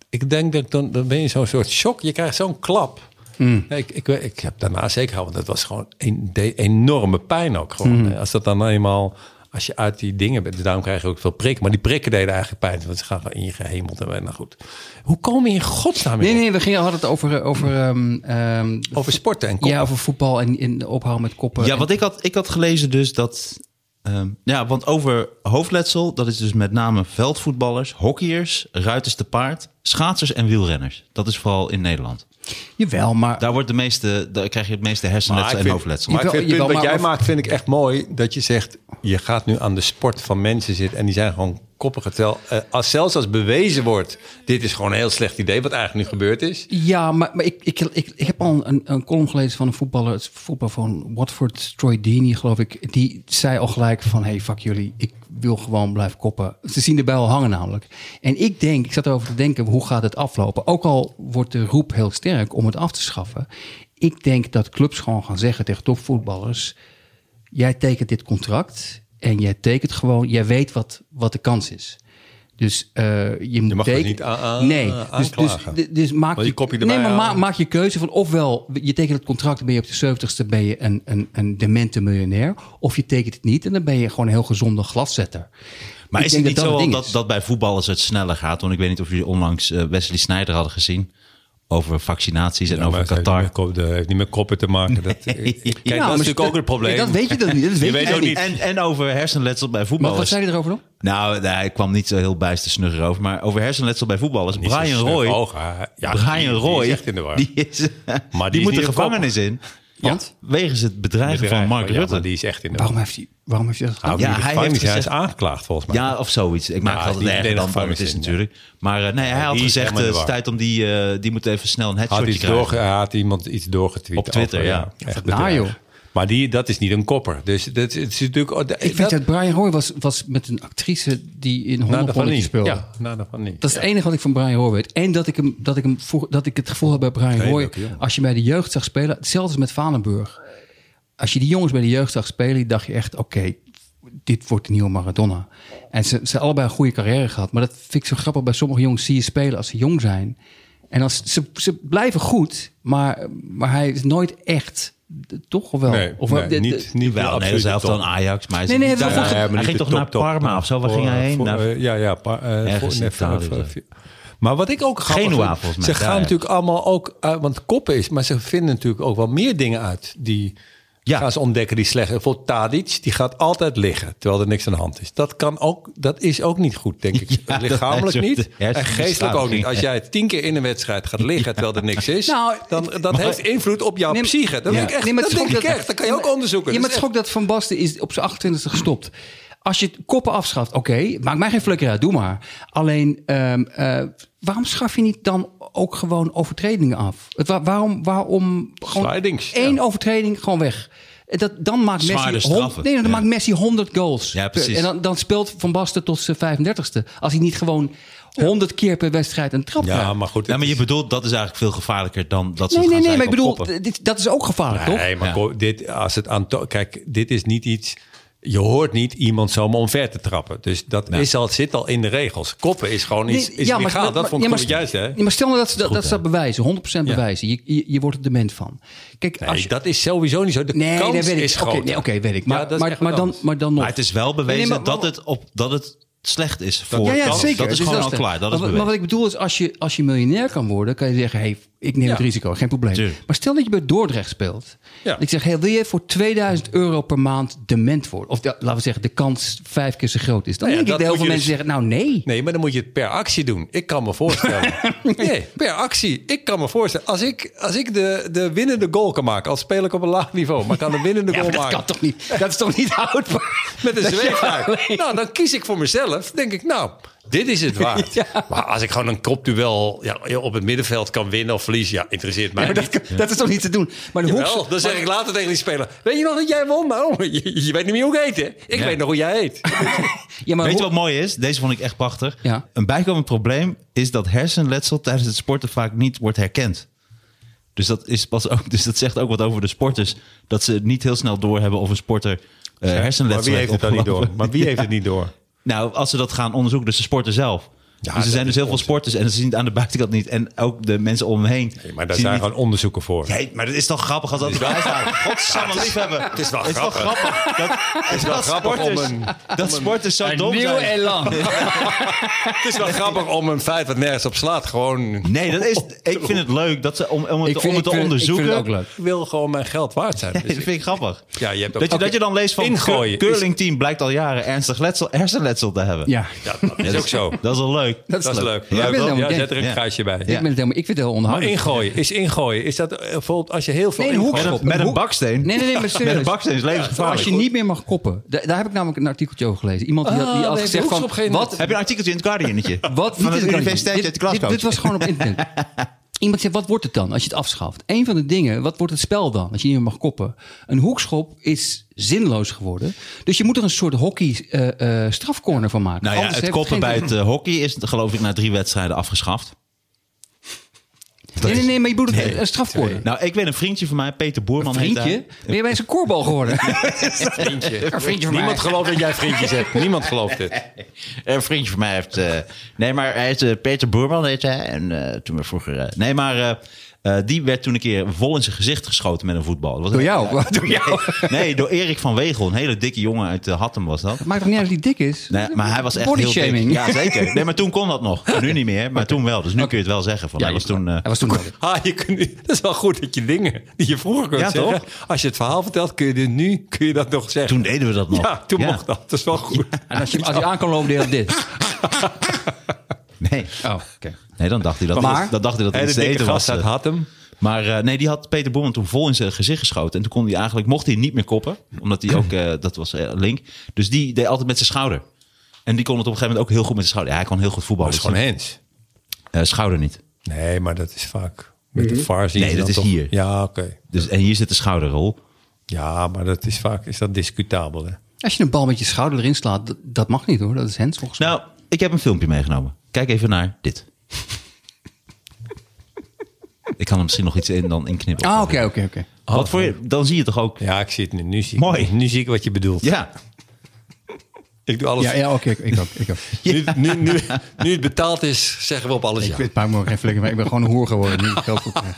[SPEAKER 3] ik denk dat ik dan, dan ben je zo'n soort shock. Je krijgt zo'n klap.
[SPEAKER 4] Hmm.
[SPEAKER 3] Nee, ik, ik, weet- ik heb daarna zeker gehouden. Want dat was gewoon een de- enorme pijn ook. Gewoon.
[SPEAKER 4] Hmm.
[SPEAKER 3] Als dat dan eenmaal... Als je uit die dingen bent, dus daarom krijg je ook veel prikken. Maar die prikken deden eigenlijk pijn. Want ze gaan gewoon in je gehemeld en nou goed. Hoe kom je in godsnaam in
[SPEAKER 4] Nee, nee, we gingen, hadden het over, eh, over, ehm, ehm,
[SPEAKER 3] over sporten en
[SPEAKER 4] ja, over voetbal en, en ophouden met koppen.
[SPEAKER 2] Ja, want ik had, ik had gelezen dus dat... ehm, ja, want over hoofdletsel, dat is dus met name veldvoetballers, hockeyers, ruiters te paard, schaatsers en wielrenners. Dat is vooral in Nederland.
[SPEAKER 4] Jawel, maar
[SPEAKER 2] Daar, wordt de meeste, daar krijg je het meeste
[SPEAKER 3] Maar
[SPEAKER 2] hersenletsel
[SPEAKER 3] ik
[SPEAKER 2] en
[SPEAKER 3] vind-
[SPEAKER 2] hoofdletsel.
[SPEAKER 3] Maar ik
[SPEAKER 4] Jawel,
[SPEAKER 3] vind het punt
[SPEAKER 4] jawel,
[SPEAKER 3] wat
[SPEAKER 4] maar
[SPEAKER 3] jij
[SPEAKER 4] of-
[SPEAKER 3] maakt, vind ik echt mooi. Dat je zegt, je gaat nu aan de sport van mensen zitten... en die zijn gewoon koppig. Terwijl, eh, als, zelfs als bewezen wordt... dit is gewoon een heel slecht idee wat eigenlijk nu gebeurd is.
[SPEAKER 4] Ja, maar, maar ik, ik, ik, ik heb al een, een column gelezen van een voetballer, het voetbal van Watford, Troy Deeney, geloof ik. Die zei al gelijk van, hey, fuck jullie, ik wil gewoon blijven koppen. Ze zien de bijl hangen namelijk. En ik denk, ik zat erover te denken, hoe gaat het aflopen? Ook al wordt de roep heel sterk om het af te schaffen. Ik denk dat clubs gewoon gaan zeggen tegen topvoetballers, jij tekent dit contract en jij tekent gewoon, jij weet wat, wat de kans is. Dus eh, je moet
[SPEAKER 3] mag dat
[SPEAKER 4] teken-
[SPEAKER 3] niet a- a-
[SPEAKER 4] nee, dus, dus,
[SPEAKER 3] aanklagen.
[SPEAKER 4] dus, dus maak
[SPEAKER 3] Want die kop je erbij
[SPEAKER 4] nee, maar ma-
[SPEAKER 3] halen.
[SPEAKER 4] maak je keuze van ofwel je tekent het contract, dan ben je op de 70ste ben je een, een, een demente miljonair. Of je tekent het niet en dan ben je gewoon een heel gezonde glaszetter.
[SPEAKER 2] Maar
[SPEAKER 4] Ik
[SPEAKER 2] is het
[SPEAKER 4] denk
[SPEAKER 2] niet zo
[SPEAKER 4] het
[SPEAKER 2] al
[SPEAKER 4] ding
[SPEAKER 2] dat,
[SPEAKER 4] is.
[SPEAKER 2] dat bij voetballers het sneller gaat? Want ik weet niet of jullie onlangs eh, Wesley Sneijder hadden gezien. Over vaccinaties en over
[SPEAKER 3] Maar het
[SPEAKER 2] Qatar.
[SPEAKER 3] Heeft niet, meer kop- dat heeft niet met koppen te maken. Dat, Kijk, dat is
[SPEAKER 4] Ja, maar
[SPEAKER 3] natuurlijk
[SPEAKER 4] dat-
[SPEAKER 3] ook het probleem.
[SPEAKER 4] ja, dat weet je dan niet. Dat weet je
[SPEAKER 3] weet
[SPEAKER 4] dan
[SPEAKER 3] ook
[SPEAKER 4] niet.
[SPEAKER 3] niet.
[SPEAKER 2] En, en over hersenletsel bij
[SPEAKER 4] Maar wat
[SPEAKER 2] voetballers.
[SPEAKER 4] zei hij erover dan?
[SPEAKER 2] Nou, nee, hij kwam niet zo heel bijster snugger over. Maar over hersenletsel bij voetballers.
[SPEAKER 3] Niet zo
[SPEAKER 2] Brian
[SPEAKER 3] snug
[SPEAKER 2] Roy.
[SPEAKER 3] oog, hè. Ja,
[SPEAKER 2] Brian
[SPEAKER 3] die- die
[SPEAKER 2] Roy.
[SPEAKER 3] is echt in de war.
[SPEAKER 2] Die, is, die,
[SPEAKER 3] Maar die is
[SPEAKER 2] moet de
[SPEAKER 3] niet de kop.
[SPEAKER 2] gevangenis in.
[SPEAKER 4] Want?
[SPEAKER 2] Wegens het bedreigen van
[SPEAKER 3] Bedrijf,
[SPEAKER 2] Mark
[SPEAKER 3] ja, Nou, maar
[SPEAKER 2] Rutte.
[SPEAKER 3] die is echt in de
[SPEAKER 4] Waarom heeft hij, waarom heeft hij dat gedaan?
[SPEAKER 2] Ja, hij
[SPEAKER 3] hij,
[SPEAKER 2] heeft
[SPEAKER 3] hij is
[SPEAKER 2] gezegd-
[SPEAKER 3] aangeklaagd volgens mij.
[SPEAKER 2] Ja, of zoiets. Ik maak
[SPEAKER 3] Ja,
[SPEAKER 2] het altijd
[SPEAKER 3] die
[SPEAKER 2] erger dan
[SPEAKER 3] Nederland
[SPEAKER 2] wat het is
[SPEAKER 3] vangen ze in,
[SPEAKER 2] natuurlijk. Maar eh, nee, hij had
[SPEAKER 3] die is
[SPEAKER 2] gezegd, eh,
[SPEAKER 3] helemaal in
[SPEAKER 2] het
[SPEAKER 3] de
[SPEAKER 2] is
[SPEAKER 3] war.
[SPEAKER 2] tijd om die... eh, die moet even snel een
[SPEAKER 3] had
[SPEAKER 2] headshotje
[SPEAKER 3] iets
[SPEAKER 2] krijgen.
[SPEAKER 3] doorge, had iemand iets doorgetweet.
[SPEAKER 2] Op Twitter,
[SPEAKER 3] over,
[SPEAKER 2] ja.
[SPEAKER 3] Echt
[SPEAKER 4] nou,
[SPEAKER 3] bedrijf.
[SPEAKER 4] joh.
[SPEAKER 3] Maar die, dat is niet een kopper. Dus dat, het is natuurlijk... Nou, Ik
[SPEAKER 4] Ik vind dat Brian Roy was, was met een actrice die
[SPEAKER 3] Nou,
[SPEAKER 4] in hondenponnetje speelde.
[SPEAKER 3] Ja, nada van niet.
[SPEAKER 4] Dat is het enige wat ik van Brian Hoor weet. En dat ik, hem, dat ik, hem vroeg- dat ik het gevoel heb bij Brian
[SPEAKER 3] Hele
[SPEAKER 4] Hoor.
[SPEAKER 3] leuke jongen.
[SPEAKER 4] Als je bij de jeugd zag spelen, hetzelfde als met Valenburg. Als je die jongens bij de jeugd zag spelen, dacht je echt: oké, dit wordt de nieuwe Maradona. En ze, ze hebben allebei een goede carrière gehad. Maar dat vind ik zo grappig. Bij sommige jongens zie je spelen als ze jong zijn. En En dan, ze, ze blijven goed, maar, maar hij is nooit echt. Toch of wel?
[SPEAKER 3] Nee,
[SPEAKER 4] of
[SPEAKER 3] nee,
[SPEAKER 4] de- de-
[SPEAKER 3] niet, niet de
[SPEAKER 2] Wel, nee,
[SPEAKER 3] absolute
[SPEAKER 2] zelf
[SPEAKER 3] top.
[SPEAKER 2] dan Ajax. Maar hij, is
[SPEAKER 4] Nee, nee,
[SPEAKER 2] niet-
[SPEAKER 4] hij heeft wel
[SPEAKER 2] Ja,
[SPEAKER 4] goed
[SPEAKER 2] hij
[SPEAKER 3] maar niet
[SPEAKER 2] ging
[SPEAKER 3] de
[SPEAKER 2] toch
[SPEAKER 3] top,
[SPEAKER 2] naar
[SPEAKER 3] top.
[SPEAKER 2] Parma of zo? Waar
[SPEAKER 3] Voor,
[SPEAKER 2] ging hij
[SPEAKER 3] eh,
[SPEAKER 2] heen? Nou,
[SPEAKER 3] voor,
[SPEAKER 2] Naar-
[SPEAKER 3] eh, ja, ja. pa- eh,
[SPEAKER 2] Ergens
[SPEAKER 3] voor-
[SPEAKER 2] in
[SPEAKER 3] nee,
[SPEAKER 2] Italië
[SPEAKER 3] voor-
[SPEAKER 2] of zo.
[SPEAKER 3] maar wat ik ook grappig
[SPEAKER 2] Genoa,
[SPEAKER 3] vind,
[SPEAKER 2] volgens mij,
[SPEAKER 3] Ze
[SPEAKER 2] daar,
[SPEAKER 3] gaan
[SPEAKER 2] ja.
[SPEAKER 3] natuurlijk allemaal ook... eh, want koppen is... Maar ze vinden natuurlijk ook wel meer dingen uit die...
[SPEAKER 2] Ja.
[SPEAKER 3] Gaan ze ontdekken die slecht... Bijvoorbeeld Tadic, die gaat altijd liggen... terwijl er niks aan de hand is. Dat, kan ook, dat is ook niet goed, denk ik.
[SPEAKER 2] Ja, dat
[SPEAKER 3] Lichamelijk
[SPEAKER 2] is een
[SPEAKER 3] niet
[SPEAKER 2] soort
[SPEAKER 3] en
[SPEAKER 2] hersenbeschadiging.
[SPEAKER 3] geestelijk ook niet. Als jij tien keer in een wedstrijd gaat liggen... terwijl er niks is...
[SPEAKER 4] Nou,
[SPEAKER 3] dan dat heeft invloed op jouw
[SPEAKER 4] Nee, maar-
[SPEAKER 3] psyche. Dat,
[SPEAKER 4] Ja.
[SPEAKER 3] denk ik echt,
[SPEAKER 4] Nee, maar
[SPEAKER 3] dat
[SPEAKER 4] het
[SPEAKER 3] denk
[SPEAKER 4] schokt
[SPEAKER 3] ik echt. Dat kan je ook onderzoeken.
[SPEAKER 4] Ja,
[SPEAKER 3] Dat
[SPEAKER 4] maar
[SPEAKER 3] is
[SPEAKER 2] dus
[SPEAKER 4] het schok dat Van Basten is op zijn 28 gestopt. Als je het koppen afschaft, oké, maakt mij geen flikker uit, doe maar. Alleen, ehm, eh, waarom schaf je niet dan ook gewoon overtredingen af? Het, wa- waarom waarom gewoon
[SPEAKER 3] Slidings,
[SPEAKER 4] één
[SPEAKER 3] ja.
[SPEAKER 4] overtreding gewoon weg? Eh, Dat, dan maakt
[SPEAKER 2] Zwaarder
[SPEAKER 4] Messi, hond-
[SPEAKER 2] straffen,
[SPEAKER 4] nee, dan
[SPEAKER 2] ja.
[SPEAKER 4] maakt Messi 100 goals.
[SPEAKER 2] Ja, precies.
[SPEAKER 4] En dan, dan speelt Van Basten tot zijn 35ste. Als hij niet gewoon 100 keer per wedstrijd een trap
[SPEAKER 3] Ja,
[SPEAKER 4] maakt.
[SPEAKER 3] maar goed.
[SPEAKER 2] Ja, maar je
[SPEAKER 3] het is-
[SPEAKER 2] bedoelt, dat is eigenlijk veel gevaarlijker dan dat ze
[SPEAKER 4] Nee,
[SPEAKER 2] het
[SPEAKER 4] nee,
[SPEAKER 2] gaan
[SPEAKER 4] nee, maar ik
[SPEAKER 2] zeiken op
[SPEAKER 4] bedoel, eh,
[SPEAKER 2] koppen.
[SPEAKER 4] d- dit, dat is ook gevaarlijk, toch?
[SPEAKER 3] Nee, maar
[SPEAKER 2] Ja.
[SPEAKER 3] ko- dit, als het aan to- kijk, dit is niet iets. Je hoort niet iemand zomaar omver te trappen. Dus dat is al, zit al in de regels. Koppen is gewoon iets. Is
[SPEAKER 4] ja, maar-
[SPEAKER 3] legaal.
[SPEAKER 4] maar-
[SPEAKER 3] dat vond ik
[SPEAKER 4] ja,
[SPEAKER 3] goed
[SPEAKER 4] maar-
[SPEAKER 3] juist, hè?
[SPEAKER 4] ja, maar stel nou dat ze dat, dat, ze dat bewijzen, 100% bewijzen. Je, je, je wordt er dement van. Kijk, als
[SPEAKER 3] Nee,
[SPEAKER 4] je,
[SPEAKER 3] dat is sowieso niet zo. De
[SPEAKER 4] nee,
[SPEAKER 3] kans
[SPEAKER 4] dat weet ik.
[SPEAKER 3] is
[SPEAKER 4] Oké,
[SPEAKER 3] groot.
[SPEAKER 4] nee, oké, weet ik.
[SPEAKER 3] Ja,
[SPEAKER 4] Maar,
[SPEAKER 3] dat is
[SPEAKER 4] maar,
[SPEAKER 3] echt wat
[SPEAKER 4] maar, dan,
[SPEAKER 3] anders.
[SPEAKER 4] maar dan nog.
[SPEAKER 2] Maar het is wel bewezen
[SPEAKER 4] Nee, maar-
[SPEAKER 2] dat, het op, dat het slecht is voor
[SPEAKER 4] ja, ja,
[SPEAKER 2] Kans.
[SPEAKER 4] zeker.
[SPEAKER 2] Dat is
[SPEAKER 4] Dus
[SPEAKER 2] gewoon al
[SPEAKER 4] het.
[SPEAKER 2] klaar. Dat
[SPEAKER 4] maar,
[SPEAKER 2] is
[SPEAKER 4] wat-
[SPEAKER 2] bewezen.
[SPEAKER 4] maar wat ik bedoel is, als je, als je miljonair kan worden, kan je zeggen: hey, ik neem het risico, geen probleem.
[SPEAKER 2] Tuurlijk.
[SPEAKER 4] Maar stel dat je bij Dordrecht speelt.
[SPEAKER 3] Ja.
[SPEAKER 4] Ik zeg: hey, wil je voor 2000 euro per maand dement worden? Of ja, laten we zeggen, de kans vijf keer zo groot is. Dan
[SPEAKER 3] Nou ja,
[SPEAKER 4] denk ik
[SPEAKER 3] dat
[SPEAKER 4] dat heel veel
[SPEAKER 3] moet je dus
[SPEAKER 4] mensen zeggen: nou nee.
[SPEAKER 3] Nee, maar dan moet je het per actie doen. Ik kan me voorstellen. nee, per actie. Ik kan me voorstellen. Als ik, als ik de, de winnende goal kan maken, al speel ik op een laag niveau, maar kan de winnende
[SPEAKER 4] Ja,
[SPEAKER 3] goal
[SPEAKER 4] maar dat
[SPEAKER 3] maken.
[SPEAKER 4] kan toch niet? Dat is toch niet houdbaar?
[SPEAKER 3] Met een
[SPEAKER 4] Dat je
[SPEAKER 3] zweefluik.
[SPEAKER 4] alleen-
[SPEAKER 3] Nou, dan kies ik voor mezelf. Denk ik, nou, dit is het waard. Maar als ik gewoon een kopduel ja, op het middenveld kan winnen of verliezen, ja, interesseert mij
[SPEAKER 4] Ja, maar
[SPEAKER 3] niet.
[SPEAKER 4] dat, dat is toch niet te doen? Maar de
[SPEAKER 3] Jawel,
[SPEAKER 4] hoek,
[SPEAKER 3] dan zeg ik later tegen die speler: Weet je nog dat jij won? Nou, je, je weet niet meer hoe ik heet, hè? Ik
[SPEAKER 2] Ja.
[SPEAKER 3] weet nog hoe jij heet.
[SPEAKER 4] ja, maar
[SPEAKER 2] Weet je
[SPEAKER 4] hoek-
[SPEAKER 2] wat mooi is? Deze vond ik echt prachtig.
[SPEAKER 4] Ja.
[SPEAKER 2] Een bijkomend probleem is dat hersenletsel tijdens het sporten vaak niet wordt herkend. Dus dat, is pas ook, dus dat zegt ook wat over de sporters. Dat ze niet heel snel doorhebben of een sporter eh hersenletsel opgelopen.
[SPEAKER 3] heeft het niet door?
[SPEAKER 2] Nou, als ze dat gaan onderzoeken, dus de sporter zelf. dus er
[SPEAKER 3] dat
[SPEAKER 2] zijn
[SPEAKER 3] is
[SPEAKER 2] dus heel veel
[SPEAKER 3] onzin.
[SPEAKER 2] sporters en ze zien het aan de buitenkant niet. En ook de mensen om hem heen.
[SPEAKER 3] Nee, maar daar
[SPEAKER 2] zien
[SPEAKER 3] zijn
[SPEAKER 2] niet-
[SPEAKER 3] gewoon onderzoeken voor.
[SPEAKER 2] Nee, maar dat is toch grappig als dat erbij staat. Godsamme liefhebben. Het
[SPEAKER 3] is wel
[SPEAKER 2] toch grappig. Dat, het is wel
[SPEAKER 3] grappig om
[SPEAKER 2] sporters,
[SPEAKER 3] een-
[SPEAKER 2] dat sporters zo
[SPEAKER 4] een
[SPEAKER 2] dom
[SPEAKER 4] nieuw
[SPEAKER 2] zijn.
[SPEAKER 4] elan.
[SPEAKER 3] Het is wel grappig om een feit wat nergens op slaat. Gewoon, ik
[SPEAKER 2] Nee, dat is, ik vind het leuk dat ze, om, om het,
[SPEAKER 4] Ik vind-
[SPEAKER 2] om het
[SPEAKER 4] ik
[SPEAKER 2] te
[SPEAKER 4] vind-
[SPEAKER 2] onderzoeken.
[SPEAKER 4] Ik vind het ook leuk.
[SPEAKER 3] wil gewoon mijn geld waard zijn. Dus
[SPEAKER 2] dat vind ik grappig.
[SPEAKER 3] Ja, je hebt ook-
[SPEAKER 2] dat, je, dat
[SPEAKER 3] Oké.
[SPEAKER 2] je dan leest van
[SPEAKER 3] Ingooien
[SPEAKER 2] cur-
[SPEAKER 3] is-
[SPEAKER 2] curlingteam blijkt al jaren ernstig letsel, hersenletsel te hebben.
[SPEAKER 4] Ja,
[SPEAKER 3] Ja, dat is ook zo.
[SPEAKER 2] Dat is wel leuk.
[SPEAKER 4] dat is
[SPEAKER 3] Dat is
[SPEAKER 4] leuk.
[SPEAKER 3] leuk.
[SPEAKER 4] Ja, ik ben het
[SPEAKER 3] Ja,
[SPEAKER 4] helemaal-
[SPEAKER 3] zet er
[SPEAKER 2] Ja.
[SPEAKER 3] een kruisje bij.
[SPEAKER 4] Ik, ben het helemaal, ik vind het heel
[SPEAKER 3] Maar
[SPEAKER 4] onhandig.
[SPEAKER 3] ingooien, is ingooien, is dat eh, bijvoorbeeld als je heel veel
[SPEAKER 4] Nee, een
[SPEAKER 3] ingooit-
[SPEAKER 2] Met een,
[SPEAKER 4] hoekschop.
[SPEAKER 2] met een
[SPEAKER 4] Hoe-
[SPEAKER 2] baksteen.
[SPEAKER 4] Nee, nee, nee, maar serieus.
[SPEAKER 2] Met een baksteen is
[SPEAKER 4] Als
[SPEAKER 2] levensgevaarlijk.
[SPEAKER 4] je niet meer mag koppen. Da- Daar, heb ik namelijk een artikeltje over gelezen. Iemand die, had- die
[SPEAKER 3] Ah,
[SPEAKER 4] had
[SPEAKER 3] nee,
[SPEAKER 4] gezegd
[SPEAKER 3] de
[SPEAKER 4] van...
[SPEAKER 3] hoekschop geen-
[SPEAKER 4] Wat,
[SPEAKER 2] Heb je een artikeltje in het Guardianetje?
[SPEAKER 4] wat,
[SPEAKER 2] Van
[SPEAKER 4] niet
[SPEAKER 2] het
[SPEAKER 4] in de
[SPEAKER 2] universiteitje
[SPEAKER 4] dit,
[SPEAKER 2] uit de klas
[SPEAKER 4] dit, dit was gewoon op internet. Iemand zegt, wat wordt het dan als je het afschaft? Een van de dingen, wat wordt het spel dan als je niet meer mag koppen? Een hoekschop is zinloos geworden. Dus je moet er een soort hockey eh, eh, strafcorner van maken.
[SPEAKER 2] Nou ja,
[SPEAKER 4] Anders
[SPEAKER 2] het
[SPEAKER 4] heeft
[SPEAKER 2] koppen bij
[SPEAKER 4] geen-
[SPEAKER 2] het eh, hockey is geloof ik na drie wedstrijden afgeschaft.
[SPEAKER 4] Nee, nee, nee, maar je bedoelt
[SPEAKER 2] Nee.
[SPEAKER 4] een strafcorner.
[SPEAKER 2] Nou, ik weet een vriendje van mij, Peter Boerman. Heet
[SPEAKER 4] Vriendje?
[SPEAKER 2] hij.
[SPEAKER 4] Ben je bij zijn koorbal geworden? Een vriendje van
[SPEAKER 3] Niemand
[SPEAKER 4] mij.
[SPEAKER 3] gelooft dat jij vriendjes hebt. Niemand gelooft dit.
[SPEAKER 2] Een vriendje van mij heeft. eh, nee, maar hij heet eh, Peter Boerman, heet hij. En eh, toen we vroeger. eh, nee, maar eh, eh, die werd toen een keer vol in zijn gezicht geschoten met een voetbal. Dat was
[SPEAKER 4] Door
[SPEAKER 2] een-
[SPEAKER 4] jou? Door jou?
[SPEAKER 2] Nee, door Erik van Wegel. Een hele dikke jongen uit eh, Hattem was dat.
[SPEAKER 4] Maakt toch niet uit of die dik is?
[SPEAKER 2] Nee, maar hij was echt
[SPEAKER 4] Body
[SPEAKER 2] heel dik.
[SPEAKER 4] shaming.
[SPEAKER 2] Ja, zeker. Nee, maar toen kon dat nog. Nu niet meer, maar toen wel. Dus nu kun je het wel zeggen. Van,
[SPEAKER 4] Ja,
[SPEAKER 2] hij was toen. eh,
[SPEAKER 4] Hij was toen wel dik.
[SPEAKER 3] Ah, je kunt, nu- dat is wel goed dat je dingen die je vroeger kunt
[SPEAKER 2] Ja,
[SPEAKER 3] zeggen. Als je het verhaal vertelt, kun je dit nu kun je dat nog zeggen.
[SPEAKER 2] toen deden we dat nog.
[SPEAKER 3] ja, toen mocht dat. Dat is wel goed.
[SPEAKER 4] En als je, als je aan kan lopen, deed hij dit.
[SPEAKER 2] Nee.
[SPEAKER 4] Oh, oké.
[SPEAKER 2] nee, dan dacht hij dat.
[SPEAKER 4] Maar-
[SPEAKER 2] dan dacht hij dat
[SPEAKER 3] Hij
[SPEAKER 2] het iets
[SPEAKER 3] de
[SPEAKER 2] te
[SPEAKER 3] dikke
[SPEAKER 2] eten was. eh.
[SPEAKER 3] gast uit Hattem.
[SPEAKER 2] Maar eh, nee, die had Peter Boerman toen vol in zijn gezicht geschoten. En toen kon hij eigenlijk, mocht hij niet meer koppen. Omdat hij ook, eh, dat was eh, link. Dus die deed altijd met zijn schouder. En die kon het op een gegeven moment ook heel goed met zijn schouder. Ja, hij kon heel goed voetballen.
[SPEAKER 3] Dat is gewoon
[SPEAKER 2] Dus,
[SPEAKER 3] Hens.
[SPEAKER 2] eh, schouder niet.
[SPEAKER 3] Nee, maar dat is vaak met de VAR zien
[SPEAKER 2] Mhm. Nee,
[SPEAKER 3] ze
[SPEAKER 2] dat
[SPEAKER 3] dan
[SPEAKER 2] is hier.
[SPEAKER 3] Ja, oké.
[SPEAKER 2] Dus, en hier zit de schouderrol.
[SPEAKER 3] Ja, maar dat is vaak is dat discutabel. Hè?
[SPEAKER 4] Als je een bal met je schouder erin slaat, dat, dat mag niet hoor. Dat is hens volgens mij.
[SPEAKER 2] Nou, ik heb een filmpje meegenomen. Kijk even naar dit. ik kan er misschien nog iets in dan inknippen.
[SPEAKER 4] Ah, oké, oké, oké.
[SPEAKER 2] Wat voor je, dan zie je toch ook.
[SPEAKER 3] Ja, ik zie het nu. Nu zie ik,
[SPEAKER 2] Mooi.
[SPEAKER 3] nu zie ik wat je bedoelt.
[SPEAKER 2] Ja. oh,
[SPEAKER 3] Ik doe alles.
[SPEAKER 4] Ja, ja oké, ik ook. Ik ook.
[SPEAKER 3] Nu, nu, nu, nu het betaald is, zeggen we op alles
[SPEAKER 4] Ik
[SPEAKER 3] ja.
[SPEAKER 4] weet het me ook geen flikker, maar ik ben gewoon een hoer geworden. Nu ik geld voor krijg.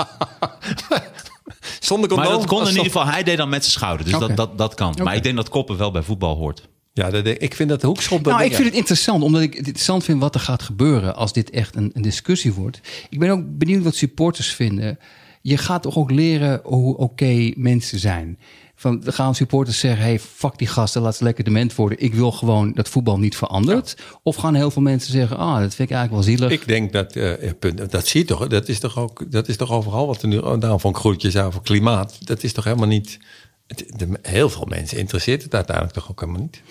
[SPEAKER 3] Zonder condoom.
[SPEAKER 2] Maar dat kon in
[SPEAKER 3] alsof-
[SPEAKER 2] ieder geval. Hij deed dan met zijn schouder. Dus
[SPEAKER 4] Oké.
[SPEAKER 2] dat, dat, dat kan. Maar ik denk dat koppen wel bij voetbal hoort.
[SPEAKER 3] Ja, dat, ik vind dat de hoekschop... dat
[SPEAKER 4] Nou,
[SPEAKER 3] ding-
[SPEAKER 4] ik vind het interessant, omdat ik het interessant vind wat er gaat gebeuren als dit echt een, een discussie wordt. Ik ben ook benieuwd wat supporters vinden. Je gaat toch ook leren hoe oké mensen zijn. Van, er gaan supporters zeggen, hey, fuck die gasten, laat ze lekker dement worden. Ik wil gewoon dat voetbal niet verandert. Of gaan heel veel mensen zeggen, ah, dat vind ik eigenlijk wel zielig.
[SPEAKER 3] Ik denk dat, eh, ja, punt, dat zie je toch, dat is toch ook, dat is toch overal wat er nu, oh, daarom van groetjes aan voor klimaat, dat is toch helemaal niet, het- de- heel veel mensen interesseert het uiteindelijk toch ook helemaal niet.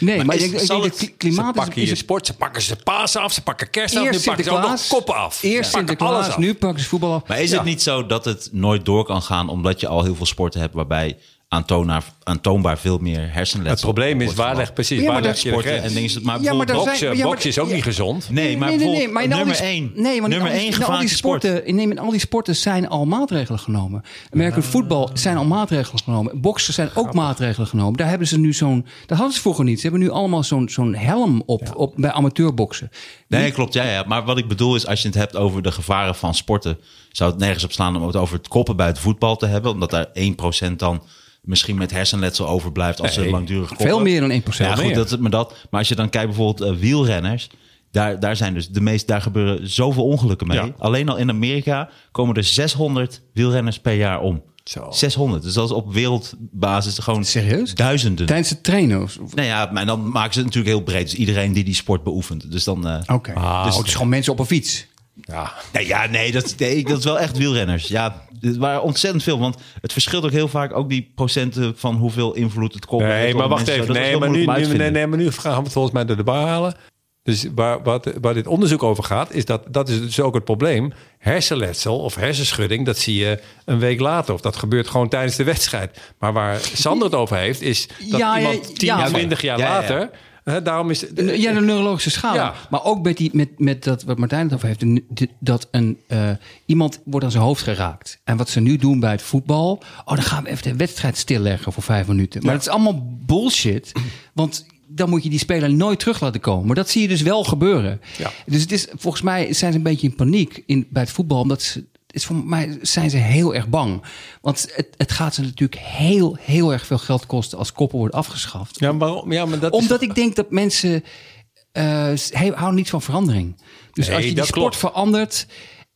[SPEAKER 4] nee, maar,
[SPEAKER 3] is-
[SPEAKER 4] ik denk, ik
[SPEAKER 3] zal
[SPEAKER 4] denk dat
[SPEAKER 3] het-
[SPEAKER 4] kli- klimaat
[SPEAKER 3] ze
[SPEAKER 4] is,
[SPEAKER 3] pakken
[SPEAKER 4] is
[SPEAKER 3] je
[SPEAKER 4] een
[SPEAKER 3] sport, ze pakken ze Pasen af, ze pakken kerst af, nu
[SPEAKER 4] Eerst
[SPEAKER 3] pakken ze ook nog
[SPEAKER 4] Sinterklaas,
[SPEAKER 3] koppen af.
[SPEAKER 4] Eerst
[SPEAKER 3] Ze pakken alles
[SPEAKER 4] Sinterklaas,
[SPEAKER 3] af.
[SPEAKER 4] nu pakken ze voetbal af.
[SPEAKER 2] Maar is
[SPEAKER 3] Ja.
[SPEAKER 2] het niet zo dat het nooit door kan gaan... omdat je al heel veel sporten hebt waarbij aantoonbaar, aantoonbaar veel meer hersenletsel...
[SPEAKER 3] Het probleem is,
[SPEAKER 2] wordt
[SPEAKER 3] waar
[SPEAKER 2] verwacht?
[SPEAKER 3] leg precies,
[SPEAKER 4] Ja, maar
[SPEAKER 3] waar
[SPEAKER 4] dat-
[SPEAKER 3] leg je de
[SPEAKER 2] sporten
[SPEAKER 3] grens?
[SPEAKER 2] en dingen. Maar
[SPEAKER 4] Ja, maar
[SPEAKER 2] bijvoorbeeld
[SPEAKER 4] daar
[SPEAKER 2] boksen-
[SPEAKER 4] zijn-
[SPEAKER 3] Boksen,
[SPEAKER 4] ja, maar-
[SPEAKER 3] boksen is ook
[SPEAKER 4] ja.
[SPEAKER 3] niet gezond.
[SPEAKER 2] Nee, maar bijvoorbeeld
[SPEAKER 4] in al
[SPEAKER 2] nummer
[SPEAKER 4] die-
[SPEAKER 2] één.
[SPEAKER 4] Nee, want in
[SPEAKER 2] nummer
[SPEAKER 4] al die-
[SPEAKER 2] één
[SPEAKER 4] in al die
[SPEAKER 2] gevaarlijke sport.
[SPEAKER 4] sporten, nee, maar in al die sporten zijn al maatregelen genomen. Merkelijk voetbal zijn al maatregelen genomen. Boksen zijn ook maatregelen genomen. Daar hebben ze nu zo'n. Dat hadden ze vroeger niet. Ze hebben nu allemaal zo'n zo'n helm op, op bij amateurboksen.
[SPEAKER 2] Nee, klopt. Ja, ja. Maar wat ik bedoel is, als je het hebt over de gevaren van sporten, zou het nergens op slaan om het over het koppen bij het voetbal te hebben. Omdat daar 1% dan misschien met hersenletsel overblijft als ze
[SPEAKER 3] Nee,
[SPEAKER 2] langdurig koppen.
[SPEAKER 4] Veel meer dan 1%.
[SPEAKER 2] Ja, goed, dat, is- maar, dat, maar als je dan kijkt bijvoorbeeld eh, wielrenners. Daar, daar, zijn dus de meest, daar gebeuren zoveel ongelukken mee.
[SPEAKER 3] Ja.
[SPEAKER 2] Alleen al in Amerika komen er 600 wielrenners per jaar om.
[SPEAKER 3] Zo.
[SPEAKER 2] 600. Dus dat is op wereldbasis gewoon
[SPEAKER 4] Serieus?
[SPEAKER 2] duizenden.
[SPEAKER 4] Tijdens het trainen. of- Oké.
[SPEAKER 2] nou ja, maar dan maken ze het natuurlijk heel breed. Dus iedereen die die sport beoefent. Dus dan... eh,
[SPEAKER 4] dus
[SPEAKER 2] dus-
[SPEAKER 4] het is gewoon mensen op een fiets.
[SPEAKER 3] Ja.
[SPEAKER 2] Nee, ja, nee, dat, nee, dat is wel echt wielrenners. Ja, het waren ontzettend veel. Want het verschilt ook heel vaak ook die procenten van hoeveel invloed het koppel heeft
[SPEAKER 3] Nee,
[SPEAKER 2] op
[SPEAKER 3] maar wacht
[SPEAKER 2] mensen.
[SPEAKER 3] even.
[SPEAKER 2] Dat is
[SPEAKER 3] Nee,
[SPEAKER 2] heel
[SPEAKER 3] maar nu,
[SPEAKER 2] moeilijk om
[SPEAKER 3] nu,
[SPEAKER 2] uit te
[SPEAKER 3] nee,
[SPEAKER 2] vinden.
[SPEAKER 3] nee, maar nu gaan we het volgens mij door de bar halen. Dus waar, wat, waar dit onderzoek over gaat, is dat, dat is dus ook het probleem. Hersenletsel of hersenschudding, dat zie je een week later. Of dat gebeurt gewoon tijdens de wedstrijd. Maar waar Sander het over heeft, is dat
[SPEAKER 4] Ja, ja,
[SPEAKER 3] iemand 10,
[SPEAKER 4] ja, maar-
[SPEAKER 3] 20 jaar
[SPEAKER 2] Ja, ja, ja.
[SPEAKER 3] later... Hè, daarom is...
[SPEAKER 4] Ja, de neurologische schade.
[SPEAKER 3] Ja.
[SPEAKER 4] Maar ook met, die, met, met dat wat Martijn het over heeft. de- de- Dat een, eh, iemand wordt aan zijn hoofd geraakt. En wat ze nu doen bij het voetbal. Oh, dan gaan we even de wedstrijd stilleggen voor vijf minuten. Maar dat is allemaal bullshit. Want dan moet je die speler nooit terug laten komen. Maar dat zie je dus wel gebeuren.
[SPEAKER 3] Ja.
[SPEAKER 4] Dus het is, volgens mij zijn ze een beetje in paniek in, bij het voetbal. Omdat ze, het is, voor mij zijn ze heel erg bang. Want het, het gaat ze natuurlijk heel, heel erg veel geld kosten... als koppen wordt afgeschaft.
[SPEAKER 3] Ja, maar, waarom- ja, maar dat is...
[SPEAKER 4] Omdat ik denk dat mensen eh, s- he- houden niet van verandering. Dus
[SPEAKER 3] Nee,
[SPEAKER 4] als je die
[SPEAKER 3] dat
[SPEAKER 4] sport
[SPEAKER 3] klopt.
[SPEAKER 4] verandert,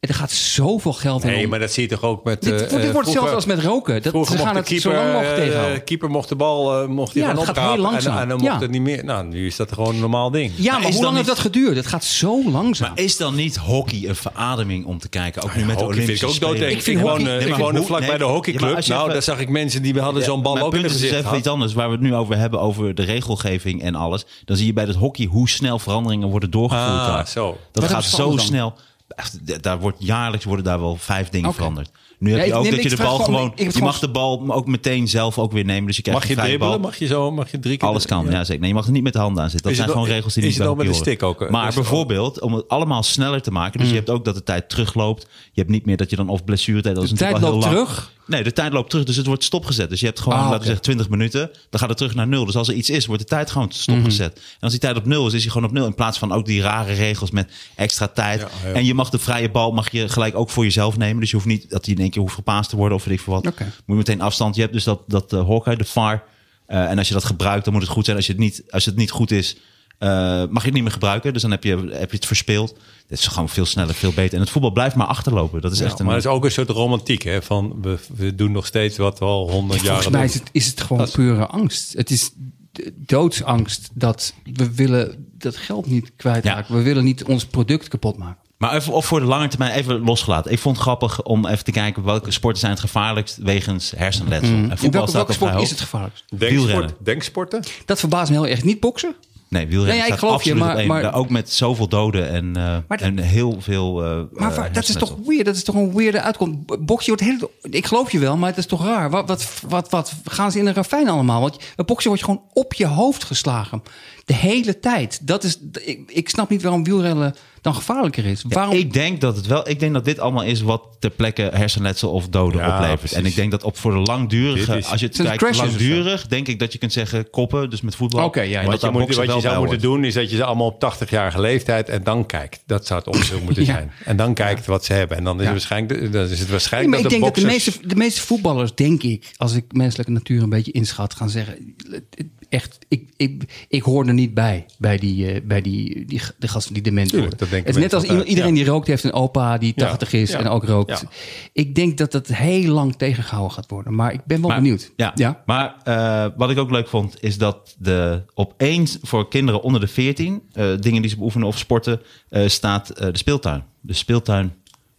[SPEAKER 4] er gaat zoveel geld in.
[SPEAKER 3] Nee,
[SPEAKER 4] om.
[SPEAKER 3] maar dat zie je toch ook met...
[SPEAKER 4] dit,
[SPEAKER 3] eh,
[SPEAKER 4] dit
[SPEAKER 3] eh,
[SPEAKER 4] wordt hetzelfde
[SPEAKER 3] vroeger-
[SPEAKER 4] als met roken. Dat,
[SPEAKER 3] Vroeger
[SPEAKER 4] ze
[SPEAKER 3] mocht
[SPEAKER 4] gaan
[SPEAKER 3] de
[SPEAKER 4] het zo lang mogelijk
[SPEAKER 3] eh,
[SPEAKER 4] tegenhouden.
[SPEAKER 3] keeper mocht de bal eh, mocht hij
[SPEAKER 4] Ja,
[SPEAKER 3] gaan
[SPEAKER 4] dat gaat heel
[SPEAKER 3] oprapen en-
[SPEAKER 4] langzaam.
[SPEAKER 3] En, dan
[SPEAKER 4] Ja.
[SPEAKER 3] mocht het niet meer. Nou, nu is dat gewoon een normaal ding.
[SPEAKER 4] Ja, maar,
[SPEAKER 2] is
[SPEAKER 4] hoe
[SPEAKER 2] dan
[SPEAKER 4] lang heeft
[SPEAKER 2] niet-
[SPEAKER 4] dat geduurd? Het gaat zo langzaam.
[SPEAKER 2] Maar is dan niet hockey een verademing om te kijken? Ook nu met de
[SPEAKER 3] hockey
[SPEAKER 2] Olympische
[SPEAKER 3] vind ik ook
[SPEAKER 2] Spelen.
[SPEAKER 3] doodeng. Ik,
[SPEAKER 4] vind
[SPEAKER 3] woon,
[SPEAKER 4] hockey-
[SPEAKER 3] eh,
[SPEAKER 2] Nee,
[SPEAKER 3] ik
[SPEAKER 2] maar
[SPEAKER 3] woon
[SPEAKER 2] hoe-
[SPEAKER 3] vlak
[SPEAKER 2] nee,
[SPEAKER 3] bij de
[SPEAKER 2] ja,
[SPEAKER 3] hockeyclub.
[SPEAKER 2] maar als je
[SPEAKER 3] nou,
[SPEAKER 2] even-
[SPEAKER 3] daar zag ik mensen die hadden zo'n bal
[SPEAKER 2] Mijn
[SPEAKER 3] ook in
[SPEAKER 2] punt
[SPEAKER 3] hun
[SPEAKER 2] is dus
[SPEAKER 3] gezicht.
[SPEAKER 2] even iets
[SPEAKER 3] gehad.
[SPEAKER 2] anders. Waar we het nu over hebben, over de regelgeving en alles. Dan zie je bij dat hockey hoe snel veranderingen worden doorgevoerd.
[SPEAKER 3] Ah,
[SPEAKER 2] daar.
[SPEAKER 3] zo.
[SPEAKER 2] Dat
[SPEAKER 4] Wat
[SPEAKER 2] gaat
[SPEAKER 4] hebben ze
[SPEAKER 2] zo
[SPEAKER 4] anders dan?
[SPEAKER 2] snel. Echt, d- Daar wordt, jaarlijks worden daar wel vijf dingen
[SPEAKER 4] Oké.
[SPEAKER 2] veranderd. Nu
[SPEAKER 4] Ja,
[SPEAKER 2] heb je
[SPEAKER 4] ik-
[SPEAKER 2] ook
[SPEAKER 4] nee,
[SPEAKER 2] dat
[SPEAKER 4] ik
[SPEAKER 2] je de
[SPEAKER 4] vraag
[SPEAKER 2] bal
[SPEAKER 4] gewoon-
[SPEAKER 2] gewoon...
[SPEAKER 4] ik- ik heb
[SPEAKER 2] Je
[SPEAKER 4] gewoon-
[SPEAKER 2] mag de bal ook meteen zelf ook weer nemen. Dus je krijgt
[SPEAKER 3] Mag je
[SPEAKER 2] een vrije
[SPEAKER 3] dribbelen?
[SPEAKER 2] bal.
[SPEAKER 3] Mag je zo? Mag je drie keer?
[SPEAKER 2] Alles kan, ja zeker. Nee, je mag er niet met de handen aan zitten.
[SPEAKER 3] Is
[SPEAKER 2] Dat
[SPEAKER 3] het
[SPEAKER 2] zijn
[SPEAKER 3] ook-
[SPEAKER 2] gewoon regels die
[SPEAKER 3] is
[SPEAKER 2] niet
[SPEAKER 3] het
[SPEAKER 2] bij
[SPEAKER 3] ook met
[SPEAKER 2] hockey
[SPEAKER 3] de
[SPEAKER 2] horen.
[SPEAKER 3] stick ook, eh,
[SPEAKER 2] Maar
[SPEAKER 3] dus ook?
[SPEAKER 2] bijvoorbeeld, om het allemaal sneller te maken.
[SPEAKER 3] Hmm.
[SPEAKER 2] Dus je hebt ook dat de tijd terugloopt. Je hebt niet meer dat je dan of blessuretijd... Dat is
[SPEAKER 4] De
[SPEAKER 2] natuurlijk
[SPEAKER 4] tijd
[SPEAKER 2] wel heel
[SPEAKER 4] loopt
[SPEAKER 2] lang.
[SPEAKER 4] terug?
[SPEAKER 2] Nee, de tijd loopt terug, dus het wordt stopgezet. Dus je hebt gewoon,
[SPEAKER 4] Ah,
[SPEAKER 2] laten we
[SPEAKER 4] oké.
[SPEAKER 2] zeggen, 20 minuten. Dan gaat het terug naar nul. Dus als er iets is, wordt de tijd gewoon stopgezet.
[SPEAKER 4] Mhm.
[SPEAKER 2] En als die tijd op nul is, is hij gewoon op nul. In plaats van ook die rare regels met extra tijd.
[SPEAKER 3] ja.
[SPEAKER 2] En je mag de vrije bal mag je gelijk ook voor jezelf nemen. Dus je hoeft niet dat hij in één keer hoeft gepaast te worden of weet ik veel wat.
[SPEAKER 4] Oké.
[SPEAKER 2] Moet je meteen afstand. Je hebt dus dat, dat eh Hawkeye, de VAR. Eh, en als je dat gebruikt, dan moet het goed zijn. Als, je het, niet, als het niet goed is, eh, mag je het niet meer gebruiken. Dus dan heb je, heb je het verspeeld. Dit is gewoon veel sneller, veel beter. En het voetbal blijft maar achterlopen. Dat is echt een...
[SPEAKER 3] Nou, maar het is ook een soort romantiek, hè? Van we, we doen nog steeds wat we al honderd jaar
[SPEAKER 4] Volgens mij
[SPEAKER 3] doen.
[SPEAKER 4] is het, is het gewoon pure angst. Het is d- doodsangst dat we willen dat geld niet kwijtraken. We willen niet ons product kapot maken.
[SPEAKER 2] Maar even of voor de lange termijn even losgelaten. Ik vond het grappig om even te kijken welke sporten zijn het gevaarlijkst wegens hersenletsel. En
[SPEAKER 4] Mhm. In
[SPEAKER 2] voetbal
[SPEAKER 4] welke,
[SPEAKER 2] staat
[SPEAKER 4] welke
[SPEAKER 2] op vrij
[SPEAKER 4] sport is
[SPEAKER 2] hoog.
[SPEAKER 4] het gevaarlijk?
[SPEAKER 3] Denksport,
[SPEAKER 2] wielrennen.
[SPEAKER 3] denksporten?
[SPEAKER 4] Dat verbaast me heel erg. Niet boksen?
[SPEAKER 2] Nee, wielrennen
[SPEAKER 4] Nee, ja, ik
[SPEAKER 2] staat
[SPEAKER 4] geloof je,
[SPEAKER 2] absoluut
[SPEAKER 4] maar-
[SPEAKER 2] op één.
[SPEAKER 4] maar-
[SPEAKER 2] Daar ook met zoveel doden en, eh,
[SPEAKER 4] Maar dat-
[SPEAKER 2] en heel veel eh,
[SPEAKER 4] Maar
[SPEAKER 2] eh,
[SPEAKER 4] waar- dat is
[SPEAKER 2] hersenletsel.
[SPEAKER 4] toch weird? Dat is toch een weirde uitkomst? B- Boksen wordt heel... Ik geloof je wel, maar het is toch raar? Wat, wat, wat, wat gaan ze in een ravijn allemaal? Want bij boksen word je gewoon op je hoofd geslagen. De hele tijd. Dat is... d- Ik, ik snap niet waarom wielrennen... dan gevaarlijker is. Waarom?
[SPEAKER 2] Ik denk dat het wel. Ik denk dat dit allemaal is wat ter plekke hersenletsel of doden
[SPEAKER 3] Ja,
[SPEAKER 2] oplevert.
[SPEAKER 3] precies.
[SPEAKER 2] En ik denk dat op voor de langdurige,
[SPEAKER 3] Dit is-
[SPEAKER 2] als je het
[SPEAKER 4] Zijn het
[SPEAKER 2] kijkt,
[SPEAKER 4] crashes of zo?
[SPEAKER 2] langdurig, denk ik dat je kunt zeggen koppen, dus met voetbal.
[SPEAKER 4] Oké, ja,
[SPEAKER 2] En
[SPEAKER 4] wat
[SPEAKER 2] dat
[SPEAKER 3] Wat je,
[SPEAKER 2] daar
[SPEAKER 3] moet,
[SPEAKER 2] boksen
[SPEAKER 3] wat je
[SPEAKER 2] wel
[SPEAKER 3] zou
[SPEAKER 2] bij
[SPEAKER 3] moeten
[SPEAKER 2] hoort.
[SPEAKER 3] doen, is dat je ze allemaal op 80-jarige leeftijd en dan kijkt. Dat zou het onderzoek moeten
[SPEAKER 4] Ja.
[SPEAKER 3] zijn. En dan kijkt wat ze hebben. En dan is, het, waarschijnlijk, dan is het
[SPEAKER 4] Nee,
[SPEAKER 3] waarschijnlijk
[SPEAKER 4] maar ik
[SPEAKER 3] dat
[SPEAKER 4] denk
[SPEAKER 3] de
[SPEAKER 4] dat de
[SPEAKER 3] boxers...
[SPEAKER 4] meeste, de meeste voetballers, denk ik, als ik menselijke natuur een beetje inschat, gaan zeggen: "Het- Echt, ik, ik, ik hoor er niet bij, bij die, eh, bij die, die, de gasten die dement
[SPEAKER 3] Tuurlijk,
[SPEAKER 4] worden.
[SPEAKER 3] dat denken
[SPEAKER 4] Het is net als
[SPEAKER 3] mensen altijd,
[SPEAKER 4] iemand- iedereen die rookt heeft een opa die 80 is
[SPEAKER 3] ja,
[SPEAKER 4] en ook rookt.
[SPEAKER 3] ja.
[SPEAKER 4] Ik denk dat dat heel lang tegengehouden gaat worden, maar ik ben wel
[SPEAKER 2] Maar-
[SPEAKER 4] Oh, benieuwd.
[SPEAKER 2] Ja, Maar eh, wat ik ook leuk vond, is dat de, opeens voor kinderen onder de 14, eh, dingen die ze beoefenen of sporten, eh, staat eh, de speeltuin. De speeltuin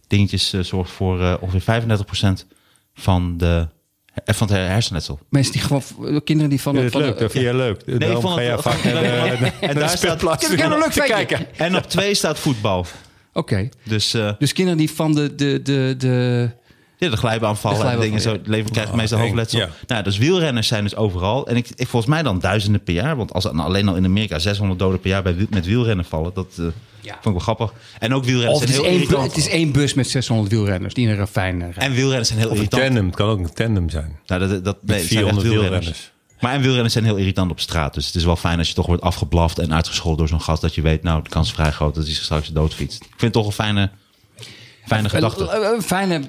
[SPEAKER 2] dingetjes eh, zorgt voor eh, ongeveer 35% van, de, eh, van het hersenletsel.
[SPEAKER 4] Mensen die gewoon, kinderen die van.
[SPEAKER 3] Dat is
[SPEAKER 4] van
[SPEAKER 3] leuk, dat vind je leuk. Nee,
[SPEAKER 2] ik
[SPEAKER 3] Daarom
[SPEAKER 2] vond
[SPEAKER 3] ga
[SPEAKER 2] het-
[SPEAKER 3] je
[SPEAKER 2] het
[SPEAKER 3] vaak
[SPEAKER 2] vond ik
[SPEAKER 3] naar
[SPEAKER 2] leuk,
[SPEAKER 3] de-
[SPEAKER 2] want- en
[SPEAKER 3] naar de
[SPEAKER 2] daar staat-
[SPEAKER 3] speelplaats.
[SPEAKER 4] Ik heb een heel leuk
[SPEAKER 3] te
[SPEAKER 4] feitje.
[SPEAKER 3] kijken.
[SPEAKER 2] En op twee staat voetbal.
[SPEAKER 4] Oké.
[SPEAKER 2] Dus eh
[SPEAKER 4] Dus kinderen die van de. de, de, de
[SPEAKER 2] ja, de glijbaanvallen
[SPEAKER 4] De
[SPEAKER 2] en dingen
[SPEAKER 4] glijbaanvallen,
[SPEAKER 2] zo.
[SPEAKER 4] ja.
[SPEAKER 2] Het leven krijgt meestal
[SPEAKER 3] eng,
[SPEAKER 2] hoofdletsel.
[SPEAKER 3] ja.
[SPEAKER 2] Nou, dus wielrenners zijn dus overal. En ik, ik, volgens mij dan duizenden per jaar. Want als er nou alleen al in Amerika 600 doden per jaar bij, wiel- met wielrennen vallen. Dat eh, vond ik wel grappig. En ook wielrenners
[SPEAKER 4] of het
[SPEAKER 2] zijn
[SPEAKER 4] is,
[SPEAKER 2] heel
[SPEAKER 4] één, bu-
[SPEAKER 2] irritant.
[SPEAKER 4] het is één bus met 600 wielrenners die in een ravijn eh, rijden.
[SPEAKER 2] En wielrenners zijn heel
[SPEAKER 3] Of een
[SPEAKER 2] irritant.
[SPEAKER 3] tandem, het kan ook een tandem zijn.
[SPEAKER 2] Nou, dat, dat, nee, het zijn echt
[SPEAKER 3] 400
[SPEAKER 2] wielrenners.
[SPEAKER 3] wielrenners.
[SPEAKER 2] Maar en wielrenners zijn heel irritant op straat. Dus het is wel fijn als je toch wordt afgeblaft en uitgescholden door zo'n gast. Dat je weet, nou, de kans is vrij groot dat hij zich straks doodfietst. Ik vind het toch een fijne, fijne gedachte.
[SPEAKER 4] Eh, eh, Fijne.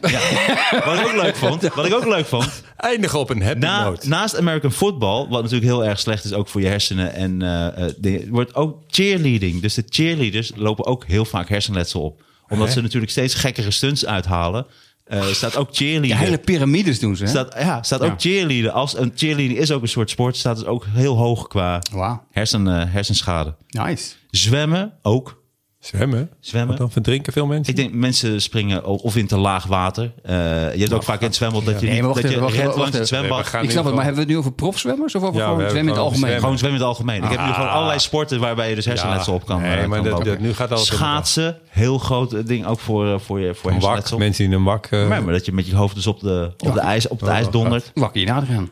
[SPEAKER 2] Wat ik ook leuk vond, wat ik ook leuk vond
[SPEAKER 3] Eindigen op een happy
[SPEAKER 2] Na,
[SPEAKER 3] note.
[SPEAKER 2] naast American football, wat natuurlijk heel erg slecht is ook voor je hersenen, en eh, eh, dingen, wordt ook cheerleading. Dus de cheerleaders lopen ook heel vaak hersenletsel op, omdat ze natuurlijk steeds gekkere stunts uithalen. Eh, staat ook
[SPEAKER 4] Ja,
[SPEAKER 2] cheerleader.
[SPEAKER 4] hele piramides doen ze. hè?
[SPEAKER 2] staat, ja, staat ook cheerleader. Als een cheerleading is ook een soort sport, staat dus ook heel hoog qua
[SPEAKER 4] Wauw.
[SPEAKER 2] hersen, eh, hersenschade.
[SPEAKER 4] Nice.
[SPEAKER 2] Zwemmen ook.
[SPEAKER 3] Zwemmen?
[SPEAKER 2] Zwemmen.
[SPEAKER 3] Want dan verdrinken veel mensen.
[SPEAKER 2] Ik denk mensen springen o- of in te laag water. Eh, je hebt ook vaak in het zwembad dat je,
[SPEAKER 4] Nee,
[SPEAKER 2] niet-
[SPEAKER 4] maar wacht
[SPEAKER 2] dat je
[SPEAKER 4] even, wacht even,
[SPEAKER 2] rent langs
[SPEAKER 4] wacht
[SPEAKER 2] het
[SPEAKER 4] even.
[SPEAKER 2] zwembad.
[SPEAKER 3] Nee, we gaan
[SPEAKER 4] Ik snap het, maar hebben we het nu over profzwemmers of over
[SPEAKER 3] Ja,
[SPEAKER 4] gewoon
[SPEAKER 3] we hebben
[SPEAKER 4] zwemmen in het
[SPEAKER 3] het over
[SPEAKER 4] algemeen?
[SPEAKER 3] zwemmen.
[SPEAKER 2] Gewoon zwemmen in het algemeen. Ik heb nu gewoon allerlei sporten waarbij je dus hersenletsel op kan.
[SPEAKER 3] Ah. Nee,
[SPEAKER 2] eh,
[SPEAKER 3] maar
[SPEAKER 2] kan
[SPEAKER 3] dat-
[SPEAKER 2] lopen.
[SPEAKER 3] dat- nu gaat alles om elkaar.
[SPEAKER 2] Schaatsen, heel groot eh, ding ook voor, eh, voor je voor
[SPEAKER 3] Een
[SPEAKER 2] hersenletsel.
[SPEAKER 3] wak, mensen die in een wak... eh,
[SPEAKER 2] Maar, maar dat je met je hoofd dus op de, op de ijs, op het ijs dondert.
[SPEAKER 4] Gewoon Wakker je nader gaan.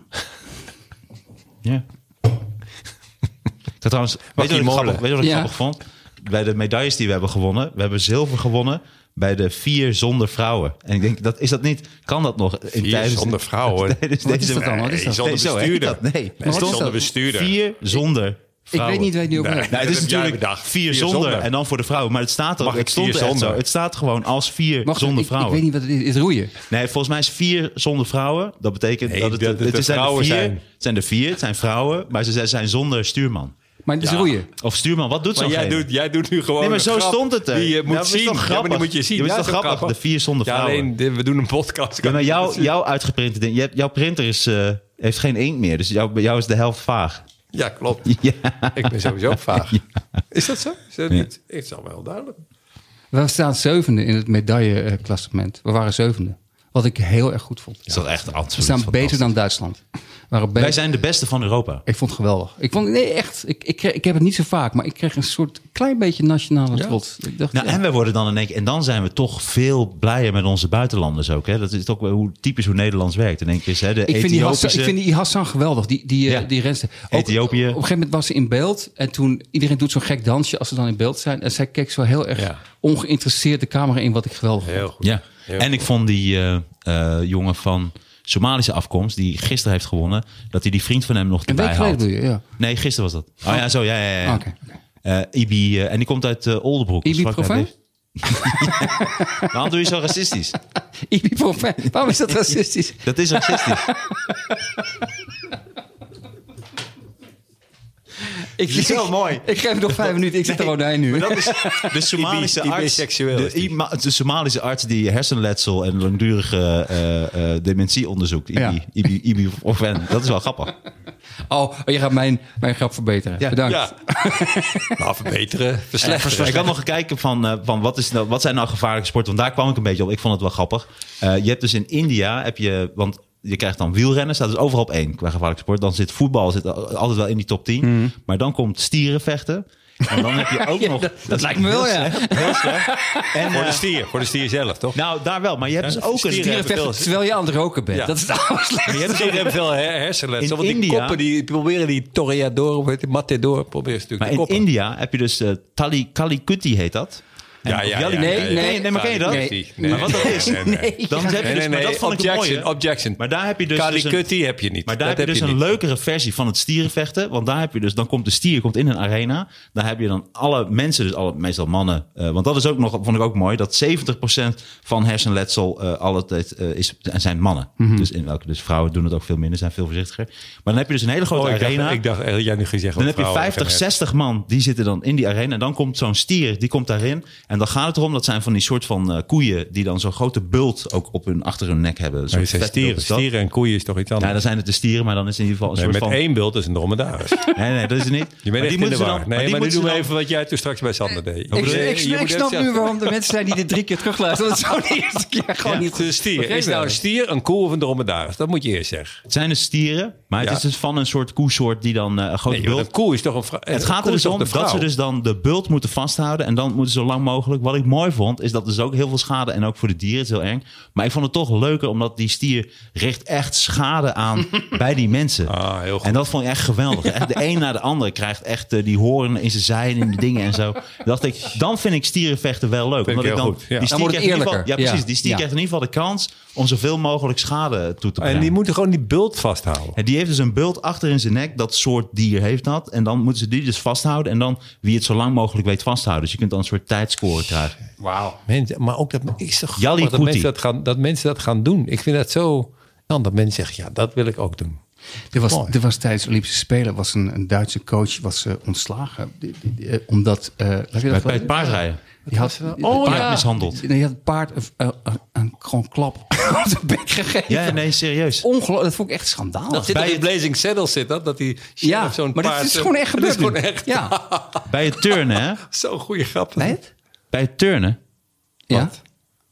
[SPEAKER 2] Ja. Ik had trouwens, weet je wat ik,
[SPEAKER 3] molen.
[SPEAKER 2] grappig, weet je wat ik
[SPEAKER 4] Ja.
[SPEAKER 2] grappig vond? Bij de medailles die we hebben gewonnen, we hebben zilver gewonnen bij de vier zonder vrouwen. En ik denk, dat, is dat niet, kan dat nog? In
[SPEAKER 3] Vier zonder vrouwen.
[SPEAKER 2] tijdens
[SPEAKER 4] Wat
[SPEAKER 2] deze-
[SPEAKER 4] is dat dan? Wat is
[SPEAKER 2] Nee,
[SPEAKER 4] dat?
[SPEAKER 3] Zonder
[SPEAKER 2] zo heet
[SPEAKER 3] bestuurder.
[SPEAKER 2] dat, Nee,
[SPEAKER 3] Nee,
[SPEAKER 2] Er stond
[SPEAKER 3] zonder bestuurder.
[SPEAKER 2] Vier zonder
[SPEAKER 4] Ik
[SPEAKER 2] vrouwen.
[SPEAKER 4] weet niet waar je het nu over
[SPEAKER 3] Nee.
[SPEAKER 4] hebt.
[SPEAKER 2] Nou, het is
[SPEAKER 3] Dat heb jij
[SPEAKER 2] natuurlijk
[SPEAKER 3] bedacht.
[SPEAKER 2] vier
[SPEAKER 3] Vier
[SPEAKER 2] zonder,
[SPEAKER 3] zonder.
[SPEAKER 2] en dan voor de vrouwen. Maar het staat er ook.
[SPEAKER 3] Mag ik
[SPEAKER 2] Het stond
[SPEAKER 3] vier
[SPEAKER 2] er echt
[SPEAKER 3] zonder?
[SPEAKER 2] zo. Het staat gewoon als vier
[SPEAKER 4] Wacht,
[SPEAKER 2] zonder
[SPEAKER 4] ik- ik,
[SPEAKER 2] vrouwen.
[SPEAKER 4] weet niet wat het is. Is roeien.
[SPEAKER 2] Nee, volgens mij is vier zonder vrouwen. Dat betekent
[SPEAKER 3] Nee,
[SPEAKER 2] dat het,
[SPEAKER 3] dat
[SPEAKER 2] het,
[SPEAKER 3] het de
[SPEAKER 2] zijn er
[SPEAKER 3] vrouwen
[SPEAKER 2] vier,
[SPEAKER 3] zijn.
[SPEAKER 2] Het zijn er vier, het zijn vrouwen. Maar ze zijn- zijn zonder stuurman.
[SPEAKER 4] Maar het is roeien.
[SPEAKER 2] Of stuurman, wat doet
[SPEAKER 3] Maar
[SPEAKER 2] zo'n
[SPEAKER 3] jij
[SPEAKER 2] gene?
[SPEAKER 3] doet, jij doet nu gewoon
[SPEAKER 2] Nee, maar
[SPEAKER 3] een
[SPEAKER 2] zo
[SPEAKER 3] grap
[SPEAKER 2] stond het er.
[SPEAKER 3] Die je
[SPEAKER 2] Nou,
[SPEAKER 3] moet
[SPEAKER 2] dat is toch
[SPEAKER 3] zien. Ja, maar
[SPEAKER 2] grappig?
[SPEAKER 3] die moet je zien.
[SPEAKER 2] Dat is
[SPEAKER 3] Ja,
[SPEAKER 2] toch grappig? De vier zonder
[SPEAKER 3] ja,
[SPEAKER 2] vrouwen.
[SPEAKER 3] alleen, dit- we doen een podcast.
[SPEAKER 2] Ja, maar jou, jouw uitgeprinte ding. je hebt- Jouw printer is, eh, heeft geen inkt meer. Dus jou, bij jou is de helft vaag.
[SPEAKER 3] Ja, klopt.
[SPEAKER 2] Ja.
[SPEAKER 3] Ik ben sowieso vaag. Is dat zo? Is dat niet? Het is al wel duidelijk.
[SPEAKER 4] We staan zevende in het medailleklassement. We waren zevende. Wat ik heel erg goed vond.
[SPEAKER 2] Is dat echt absoluut
[SPEAKER 4] We staan beter
[SPEAKER 2] fantastisch.
[SPEAKER 4] dan Duitsland. We waren
[SPEAKER 2] Wij
[SPEAKER 4] beter-
[SPEAKER 2] zijn de beste van Europa.
[SPEAKER 4] Ik vond het geweldig. Ik vond, nee, echt. Ik, ik, kreeg- ik heb het niet zo vaak, maar ik kreeg een soort klein beetje nationale trots. Ik dacht,
[SPEAKER 2] Nou,
[SPEAKER 4] ja.
[SPEAKER 2] en wij worden dan in één keer... En dan zijn we toch veel blijer met onze buitenlanders ook. Hè? Dat is toch wel hoe, typisch hoe Nederlands werkt. In één keer is hè, de
[SPEAKER 4] Ik vind, die
[SPEAKER 2] Ethiopische...
[SPEAKER 4] Hassan, ik vind die Hassan geweldig, die, die, eh,
[SPEAKER 2] Ja.
[SPEAKER 4] die renster.
[SPEAKER 2] Ethiopië.
[SPEAKER 4] Op een gegeven moment was ze in beeld. En toen, iedereen doet zo'n gek dansje als ze dan in beeld zijn. En zij keek zo heel erg
[SPEAKER 3] Ja.
[SPEAKER 4] ongeïnteresseerd de camera in, wat ik geweldig vond.
[SPEAKER 3] Heel goed.
[SPEAKER 2] Ja, en ik vond die eh, eh, jongen van Somalische afkomst... die gisteren heeft gewonnen... dat hij die vriend van hem nog
[SPEAKER 4] Een
[SPEAKER 2] erbij
[SPEAKER 4] week geleden
[SPEAKER 2] haalt.
[SPEAKER 4] doe je, ja.
[SPEAKER 2] Nee, gisteren was dat. Oh, ja, zo, ja, ja, ja.
[SPEAKER 4] Oké, oké.
[SPEAKER 2] Eh, Ibi, eh, en die komt uit eh, Oldenbroek.
[SPEAKER 4] Ibi
[SPEAKER 2] Dus wat-
[SPEAKER 4] Provence?
[SPEAKER 2] Waarom doe je zo racistisch?
[SPEAKER 4] Ibi Profijn. Waarom is dat racistisch?
[SPEAKER 2] Dat is racistisch.
[SPEAKER 4] Ik,
[SPEAKER 2] is wel
[SPEAKER 4] ik-
[SPEAKER 2] mooi.
[SPEAKER 4] Ik geef hem nog vijf minuten. Ik zit er gewoon nu.
[SPEAKER 2] Maar dat is de Somalische
[SPEAKER 3] Die bi- die
[SPEAKER 2] arts.
[SPEAKER 3] biseksueel is
[SPEAKER 2] De,
[SPEAKER 3] die.
[SPEAKER 2] ima- de Somalische arts die hersenletsel en langdurige eh, eh, dementie onderzoekt. Ibi,
[SPEAKER 4] Ja.
[SPEAKER 2] Ibi, Ibi Orven. Dat is wel grappig.
[SPEAKER 4] Oh, je gaat mijn, mijn grap verbeteren.
[SPEAKER 2] Ja.
[SPEAKER 4] Bedankt.
[SPEAKER 3] Ja. nou, verbeteren. Verslechteren.
[SPEAKER 2] Ik had nog gekeken van, eh, van wat, is nou, wat zijn nou gevaarlijke sporten? Want daar kwam ik een beetje op. Ik vond het wel grappig. Eh, je hebt dus in India, heb je, want je krijgt dan wielrennen, staat dus overal op één qua gevaarlijke sport. Dan zit voetbal zit al- altijd wel in die top 10.
[SPEAKER 4] Mhm.
[SPEAKER 2] Maar dan komt stierenvechten. En dan heb je ook nog...
[SPEAKER 4] dat- dat lijkt me wel,
[SPEAKER 2] heel
[SPEAKER 4] ja.
[SPEAKER 2] slecht, heel slecht. En,
[SPEAKER 3] Voor
[SPEAKER 2] eh,
[SPEAKER 3] de stier. Voor de stier zelf, toch?
[SPEAKER 2] nou, daar wel. Maar je hebt dus ook een...
[SPEAKER 3] stieren-
[SPEAKER 4] Dierenvechten
[SPEAKER 3] veel-
[SPEAKER 4] terwijl je aan het roken bent.
[SPEAKER 3] Ja.
[SPEAKER 4] Dat is het allerslechtste.
[SPEAKER 3] Je hebt stieren hebben veel her- hersenletsel.
[SPEAKER 2] In
[SPEAKER 3] Want die
[SPEAKER 2] India-
[SPEAKER 3] koppen, die proberen die Toreador, of heet die Matador, proberen ze natuurlijk
[SPEAKER 2] Maar
[SPEAKER 3] te
[SPEAKER 2] in
[SPEAKER 3] koppen.
[SPEAKER 2] India heb je dus eh Tali, Kalikutti heet dat. En
[SPEAKER 3] Ja, ja,
[SPEAKER 2] Jally-
[SPEAKER 3] ja,
[SPEAKER 2] nee,
[SPEAKER 3] ja, ja.
[SPEAKER 2] nee, nee, maar ken je dat?
[SPEAKER 4] Nee.
[SPEAKER 2] Maar wat dat is,
[SPEAKER 3] Nee, nee, nee.
[SPEAKER 2] dan heb je
[SPEAKER 3] Nee,
[SPEAKER 2] dus,
[SPEAKER 3] nee,
[SPEAKER 2] maar
[SPEAKER 3] nee,
[SPEAKER 2] dat vond ik het
[SPEAKER 3] objection,
[SPEAKER 2] mooie.
[SPEAKER 3] objection.
[SPEAKER 2] Maar daar heb je dus, dus een,
[SPEAKER 3] Kalikutty heb je niet.
[SPEAKER 2] maar daar
[SPEAKER 3] Dat
[SPEAKER 2] heb je dus een
[SPEAKER 3] niet.
[SPEAKER 2] leukere versie van het stierenvechten. Want daar heb je dus, dan komt de stier komt in een arena. Daar heb je dan alle mensen, dus alle, meestal mannen. eh, want dat is ook nog, vond ik ook mooi, dat 70% van hersenletsel eh altijd eh, is, zijn mannen.
[SPEAKER 3] Mhm.
[SPEAKER 2] Dus, in welke, dus vrouwen doen het ook veel minder, zijn veel voorzichtiger. Maar dan heb je dus een hele grote
[SPEAKER 3] Oh, ik dacht-
[SPEAKER 2] arena.
[SPEAKER 3] Ik dacht, eh, jij nu gezegd.
[SPEAKER 2] Dan
[SPEAKER 3] wat
[SPEAKER 2] heb je
[SPEAKER 3] vrouwen
[SPEAKER 2] 50,
[SPEAKER 3] hebben.
[SPEAKER 2] 60 man die zitten dan in die arena. En dan komt zo'n stier, die komt daarin. En dan gaat het erom, dat zijn van die soort van eh, koeien... die dan zo'n grote bult ook op hun, achter hun nek hebben. Zo'n
[SPEAKER 3] Maar je zei
[SPEAKER 2] vette bult
[SPEAKER 3] stieren,
[SPEAKER 2] is dat.
[SPEAKER 3] stieren en koeien is toch iets anders?
[SPEAKER 2] Ja, dan zijn het de stieren, maar dan is het in ieder geval een
[SPEAKER 3] nee, met
[SPEAKER 2] soort van...
[SPEAKER 3] één beeld is een dromedaris.
[SPEAKER 2] Nee, nee, dat is het niet.
[SPEAKER 3] Je
[SPEAKER 2] Maar
[SPEAKER 3] bent
[SPEAKER 2] die
[SPEAKER 3] echt in de
[SPEAKER 2] moeten ze
[SPEAKER 3] war.
[SPEAKER 2] dan-
[SPEAKER 3] nee,
[SPEAKER 2] die
[SPEAKER 3] maar nu
[SPEAKER 2] moeten
[SPEAKER 3] doen we
[SPEAKER 2] ze dan-
[SPEAKER 3] even wat jij toen straks bij Sander deed.
[SPEAKER 4] Ik,
[SPEAKER 2] bedoel je?
[SPEAKER 4] ik,
[SPEAKER 3] Je moet
[SPEAKER 4] ik snap
[SPEAKER 3] zelf-
[SPEAKER 4] nu waarom de mensen zijn die dit drie keer terugluisteren. Want het zou de eerste keer gewoon
[SPEAKER 3] Ja,
[SPEAKER 4] niet
[SPEAKER 3] het is een stier. Is
[SPEAKER 4] begrepen
[SPEAKER 3] nou een
[SPEAKER 4] hebben.
[SPEAKER 3] stier, een koe of een dromedaris? Dat moet je eerst zeggen.
[SPEAKER 2] Het zijn dus stieren, maar het
[SPEAKER 3] Ja.
[SPEAKER 2] is dus van een soort koesoort die dan eh, een grote
[SPEAKER 3] Nee, joh,
[SPEAKER 2] bult...
[SPEAKER 3] een koe is toch een vrou- een
[SPEAKER 2] Het gaat
[SPEAKER 3] koe
[SPEAKER 2] er dus
[SPEAKER 3] is toch
[SPEAKER 2] om
[SPEAKER 3] de
[SPEAKER 2] dat ze
[SPEAKER 3] vrouw?
[SPEAKER 2] dus dan de bult moeten vasthouden. En dan moeten ze zo lang mogelijk. Wat ik mooi vond, is dat er dus ook heel veel schade. En ook voor de dieren het is heel eng. Maar ik vond het toch leuker, omdat die stier richt echt schade aan bij die mensen.
[SPEAKER 3] Ah, heel goed.
[SPEAKER 2] En dat vond ik echt geweldig. Echt de een na de ander krijgt echt eh, die hoorn in zijn zij en in de dingen en zo. Dan dacht ik, dan vind ik stierenvechten wel leuk.
[SPEAKER 3] ik
[SPEAKER 2] Omdat ik
[SPEAKER 3] heel
[SPEAKER 2] dan,
[SPEAKER 3] goed, ja.
[SPEAKER 2] die
[SPEAKER 4] Dan
[SPEAKER 2] stier
[SPEAKER 4] wordt het
[SPEAKER 2] krijgt in ieder geval, ja,
[SPEAKER 4] eerlijker. Ja.
[SPEAKER 2] precies. Die stier
[SPEAKER 4] Ja.
[SPEAKER 2] krijgt in ieder geval de kans om zoveel mogelijk schade toe te brengen.
[SPEAKER 3] En die moeten gewoon die bult vasthouden.
[SPEAKER 2] En die heeft dus een bult achter in zijn nek. Dat soort dier heeft dat. En dan moeten ze die dus vasthouden. En dan wie het zo lang mogelijk weet vasthouden. Dus je kunt dan een soort tijdscore krijgen.
[SPEAKER 3] Wauw. Mensen, maar ook dat is toch
[SPEAKER 2] Jali
[SPEAKER 3] grappig dat
[SPEAKER 2] Kuti.
[SPEAKER 3] mensen dat, gaan, dat mensen dat gaan doen. Ik vind dat zo... Dan dat mensen zeggen, ja, dat wil ik ook doen.
[SPEAKER 4] Er was,
[SPEAKER 3] Mooi.
[SPEAKER 4] er was tijdens de Olympische Spelen was een, een Duitse coach was, eh, ontslagen. Die- die- die, eh, omdat... eh, laat ik dat
[SPEAKER 2] Bij,
[SPEAKER 4] wel-
[SPEAKER 2] bij het paardrijden.
[SPEAKER 4] Die had,
[SPEAKER 2] Oh,
[SPEAKER 4] het
[SPEAKER 2] paard
[SPEAKER 4] paard
[SPEAKER 2] mishandeld.
[SPEAKER 4] Nee, je had het paard een, een, een- een, gewoon klap op de bek gegeven.
[SPEAKER 2] Ja, nee, serieus.
[SPEAKER 4] Ongelooflijk. Dat vond ik echt schandaal.
[SPEAKER 3] Dat zit
[SPEAKER 2] bij
[SPEAKER 3] bij
[SPEAKER 2] het-
[SPEAKER 3] Blazing Saddles zit dat, dat die
[SPEAKER 4] ja,
[SPEAKER 3] sheriff zo'n
[SPEAKER 4] maar dat
[SPEAKER 3] paard-
[SPEAKER 4] is gewoon echt
[SPEAKER 3] Dat is
[SPEAKER 4] gebeurd.
[SPEAKER 3] gewoon
[SPEAKER 4] nu.
[SPEAKER 3] echt
[SPEAKER 4] Ja.
[SPEAKER 2] Bij het turnen, hè?
[SPEAKER 3] zo'n goede grap.
[SPEAKER 4] Bij het?
[SPEAKER 2] Bij het turnen.
[SPEAKER 4] Ja.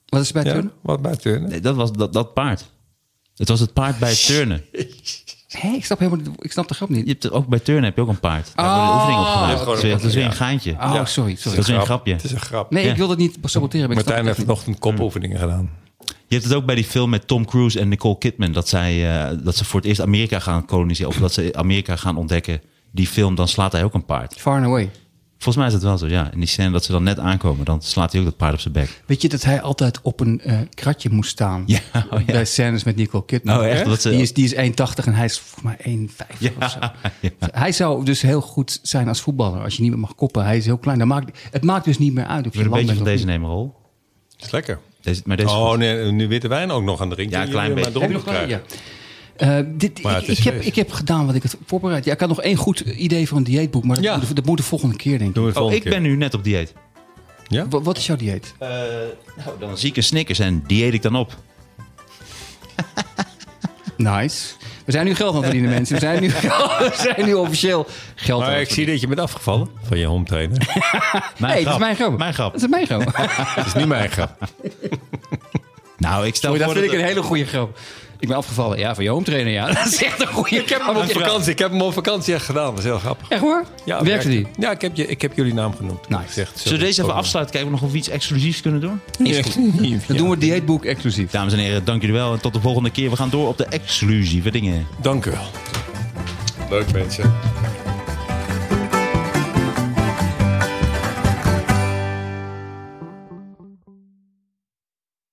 [SPEAKER 4] Wat is er bij het
[SPEAKER 3] Ja,
[SPEAKER 4] turnen?
[SPEAKER 3] wat bij turnen?
[SPEAKER 2] Nee, dat was dat, dat paard. Het was het paard bij het turnen.
[SPEAKER 4] Hé, ik snap helemaal niet- Ik snap de grap niet.
[SPEAKER 2] Je hebt er, ook bij turnen heb je ook een paard. Daar worden
[SPEAKER 4] Oh.
[SPEAKER 2] oefeningen op
[SPEAKER 3] Dat is
[SPEAKER 2] gedaan.
[SPEAKER 3] gewoon
[SPEAKER 2] Dat is weer-
[SPEAKER 3] een-
[SPEAKER 2] dat is weer
[SPEAKER 3] ja.
[SPEAKER 2] een geintje.
[SPEAKER 4] Oh, sorry.
[SPEAKER 2] Dat
[SPEAKER 4] sorry.
[SPEAKER 2] is weer een grapje.
[SPEAKER 3] Het is een grap.
[SPEAKER 4] Nee,
[SPEAKER 2] Ja.
[SPEAKER 4] ik wil dat niet saboteren. Maar ik snap
[SPEAKER 3] Martijn
[SPEAKER 4] het
[SPEAKER 3] heeft
[SPEAKER 4] echt niet. Mm.
[SPEAKER 3] vanochtend kopoefeningen gedaan.
[SPEAKER 2] Je hebt het ook bij die film met Tom Cruise en Nicole Kidman. Dat, zij, eh, dat ze voor het eerst Amerika gaan koloniseren. Of dat ze Amerika gaan ontdekken. Die film, dan slaat hij ook een paard.
[SPEAKER 4] Far and away.
[SPEAKER 2] Volgens mij is het wel zo, ja. In die scène dat ze dan net aankomen, dan slaat hij ook dat paard op zijn bek.
[SPEAKER 4] Weet je dat hij altijd op een eh, kratje moest staan?
[SPEAKER 2] Ja, oh ja.
[SPEAKER 4] Bij scènes met Nicole Kidman.
[SPEAKER 2] Oh, echt? Omdat ze-
[SPEAKER 4] Die is, die is 1,80 en hij is volgens mij 1,50 of zo. Hij zou dus heel goed zijn als voetballer. Als je niet meer mag koppen. Hij is heel klein. Dan maakt, het maakt dus niet meer uit of
[SPEAKER 2] Ik wil
[SPEAKER 4] je
[SPEAKER 2] een
[SPEAKER 4] lang
[SPEAKER 2] beetje
[SPEAKER 4] bent
[SPEAKER 2] van deze
[SPEAKER 4] of niet.
[SPEAKER 2] nemen, Rol.
[SPEAKER 3] is lekker.
[SPEAKER 2] Deze, maar deze
[SPEAKER 3] Oh, nee, nu witte wijn ook nog aan drinken.
[SPEAKER 2] Ja, een klein
[SPEAKER 3] Jullie
[SPEAKER 2] beetje.
[SPEAKER 3] maar
[SPEAKER 4] Heb je nog
[SPEAKER 3] dronken
[SPEAKER 4] wel?
[SPEAKER 3] krijgen.
[SPEAKER 4] Ja. Eh, dit,
[SPEAKER 3] Maar
[SPEAKER 4] ik,
[SPEAKER 3] het is
[SPEAKER 4] ik heb,
[SPEAKER 3] feest.
[SPEAKER 4] ik heb gedaan wat ik had voorbereid. Ja, ik had nog één goed idee voor een dieetboek, maar dat,
[SPEAKER 3] Ja.
[SPEAKER 4] moet, dat moet de volgende keer, denk ik.
[SPEAKER 3] Doen we het
[SPEAKER 2] Oh,
[SPEAKER 3] volgende
[SPEAKER 2] ik ben nu net op dieet.
[SPEAKER 4] Wa- Wat is jouw dieet?
[SPEAKER 2] nou, dan zie ik een Snickers en die eet ik dan op.
[SPEAKER 4] Nice. We zijn nu geld aan het verdienen, mensen. We zijn nu, we zijn nu officieel geld aan
[SPEAKER 3] Maar
[SPEAKER 4] het
[SPEAKER 3] ik zie dat je bent afgevallen van je home trainer.
[SPEAKER 2] Mijn
[SPEAKER 4] Nee, dat is mijn grap.
[SPEAKER 2] Mijn grap.
[SPEAKER 4] Dat is mijn grap.
[SPEAKER 3] dat is niet mijn grap.
[SPEAKER 2] Nou, ik stel
[SPEAKER 4] Oei, dat
[SPEAKER 2] voor
[SPEAKER 4] Oh, vind
[SPEAKER 2] dat-
[SPEAKER 4] ik een hele goede grap. Ik ben afgevallen. Ja, van je home trainer, ja. Dat is echt een goede Ik heb hem
[SPEAKER 3] Op vakantie, ik heb hem op vakantie echt gedaan. Dat is heel grappig.
[SPEAKER 4] Echt hoor? Werkte die?
[SPEAKER 3] Ja, ik heb, je, ik heb jullie naam genoemd.
[SPEAKER 4] Nice.
[SPEAKER 3] Ik zeg, sorry.
[SPEAKER 2] Zullen we deze even afsluiten? Kijken of we nog iets exclusiefs kunnen doen?
[SPEAKER 4] Dan doen we het dieetboek exclusief.
[SPEAKER 2] Dames en heren, dank jullie wel. En tot de volgende keer. We gaan door op de exclusieve dingen.
[SPEAKER 3] Dank u wel. Leuk mensen.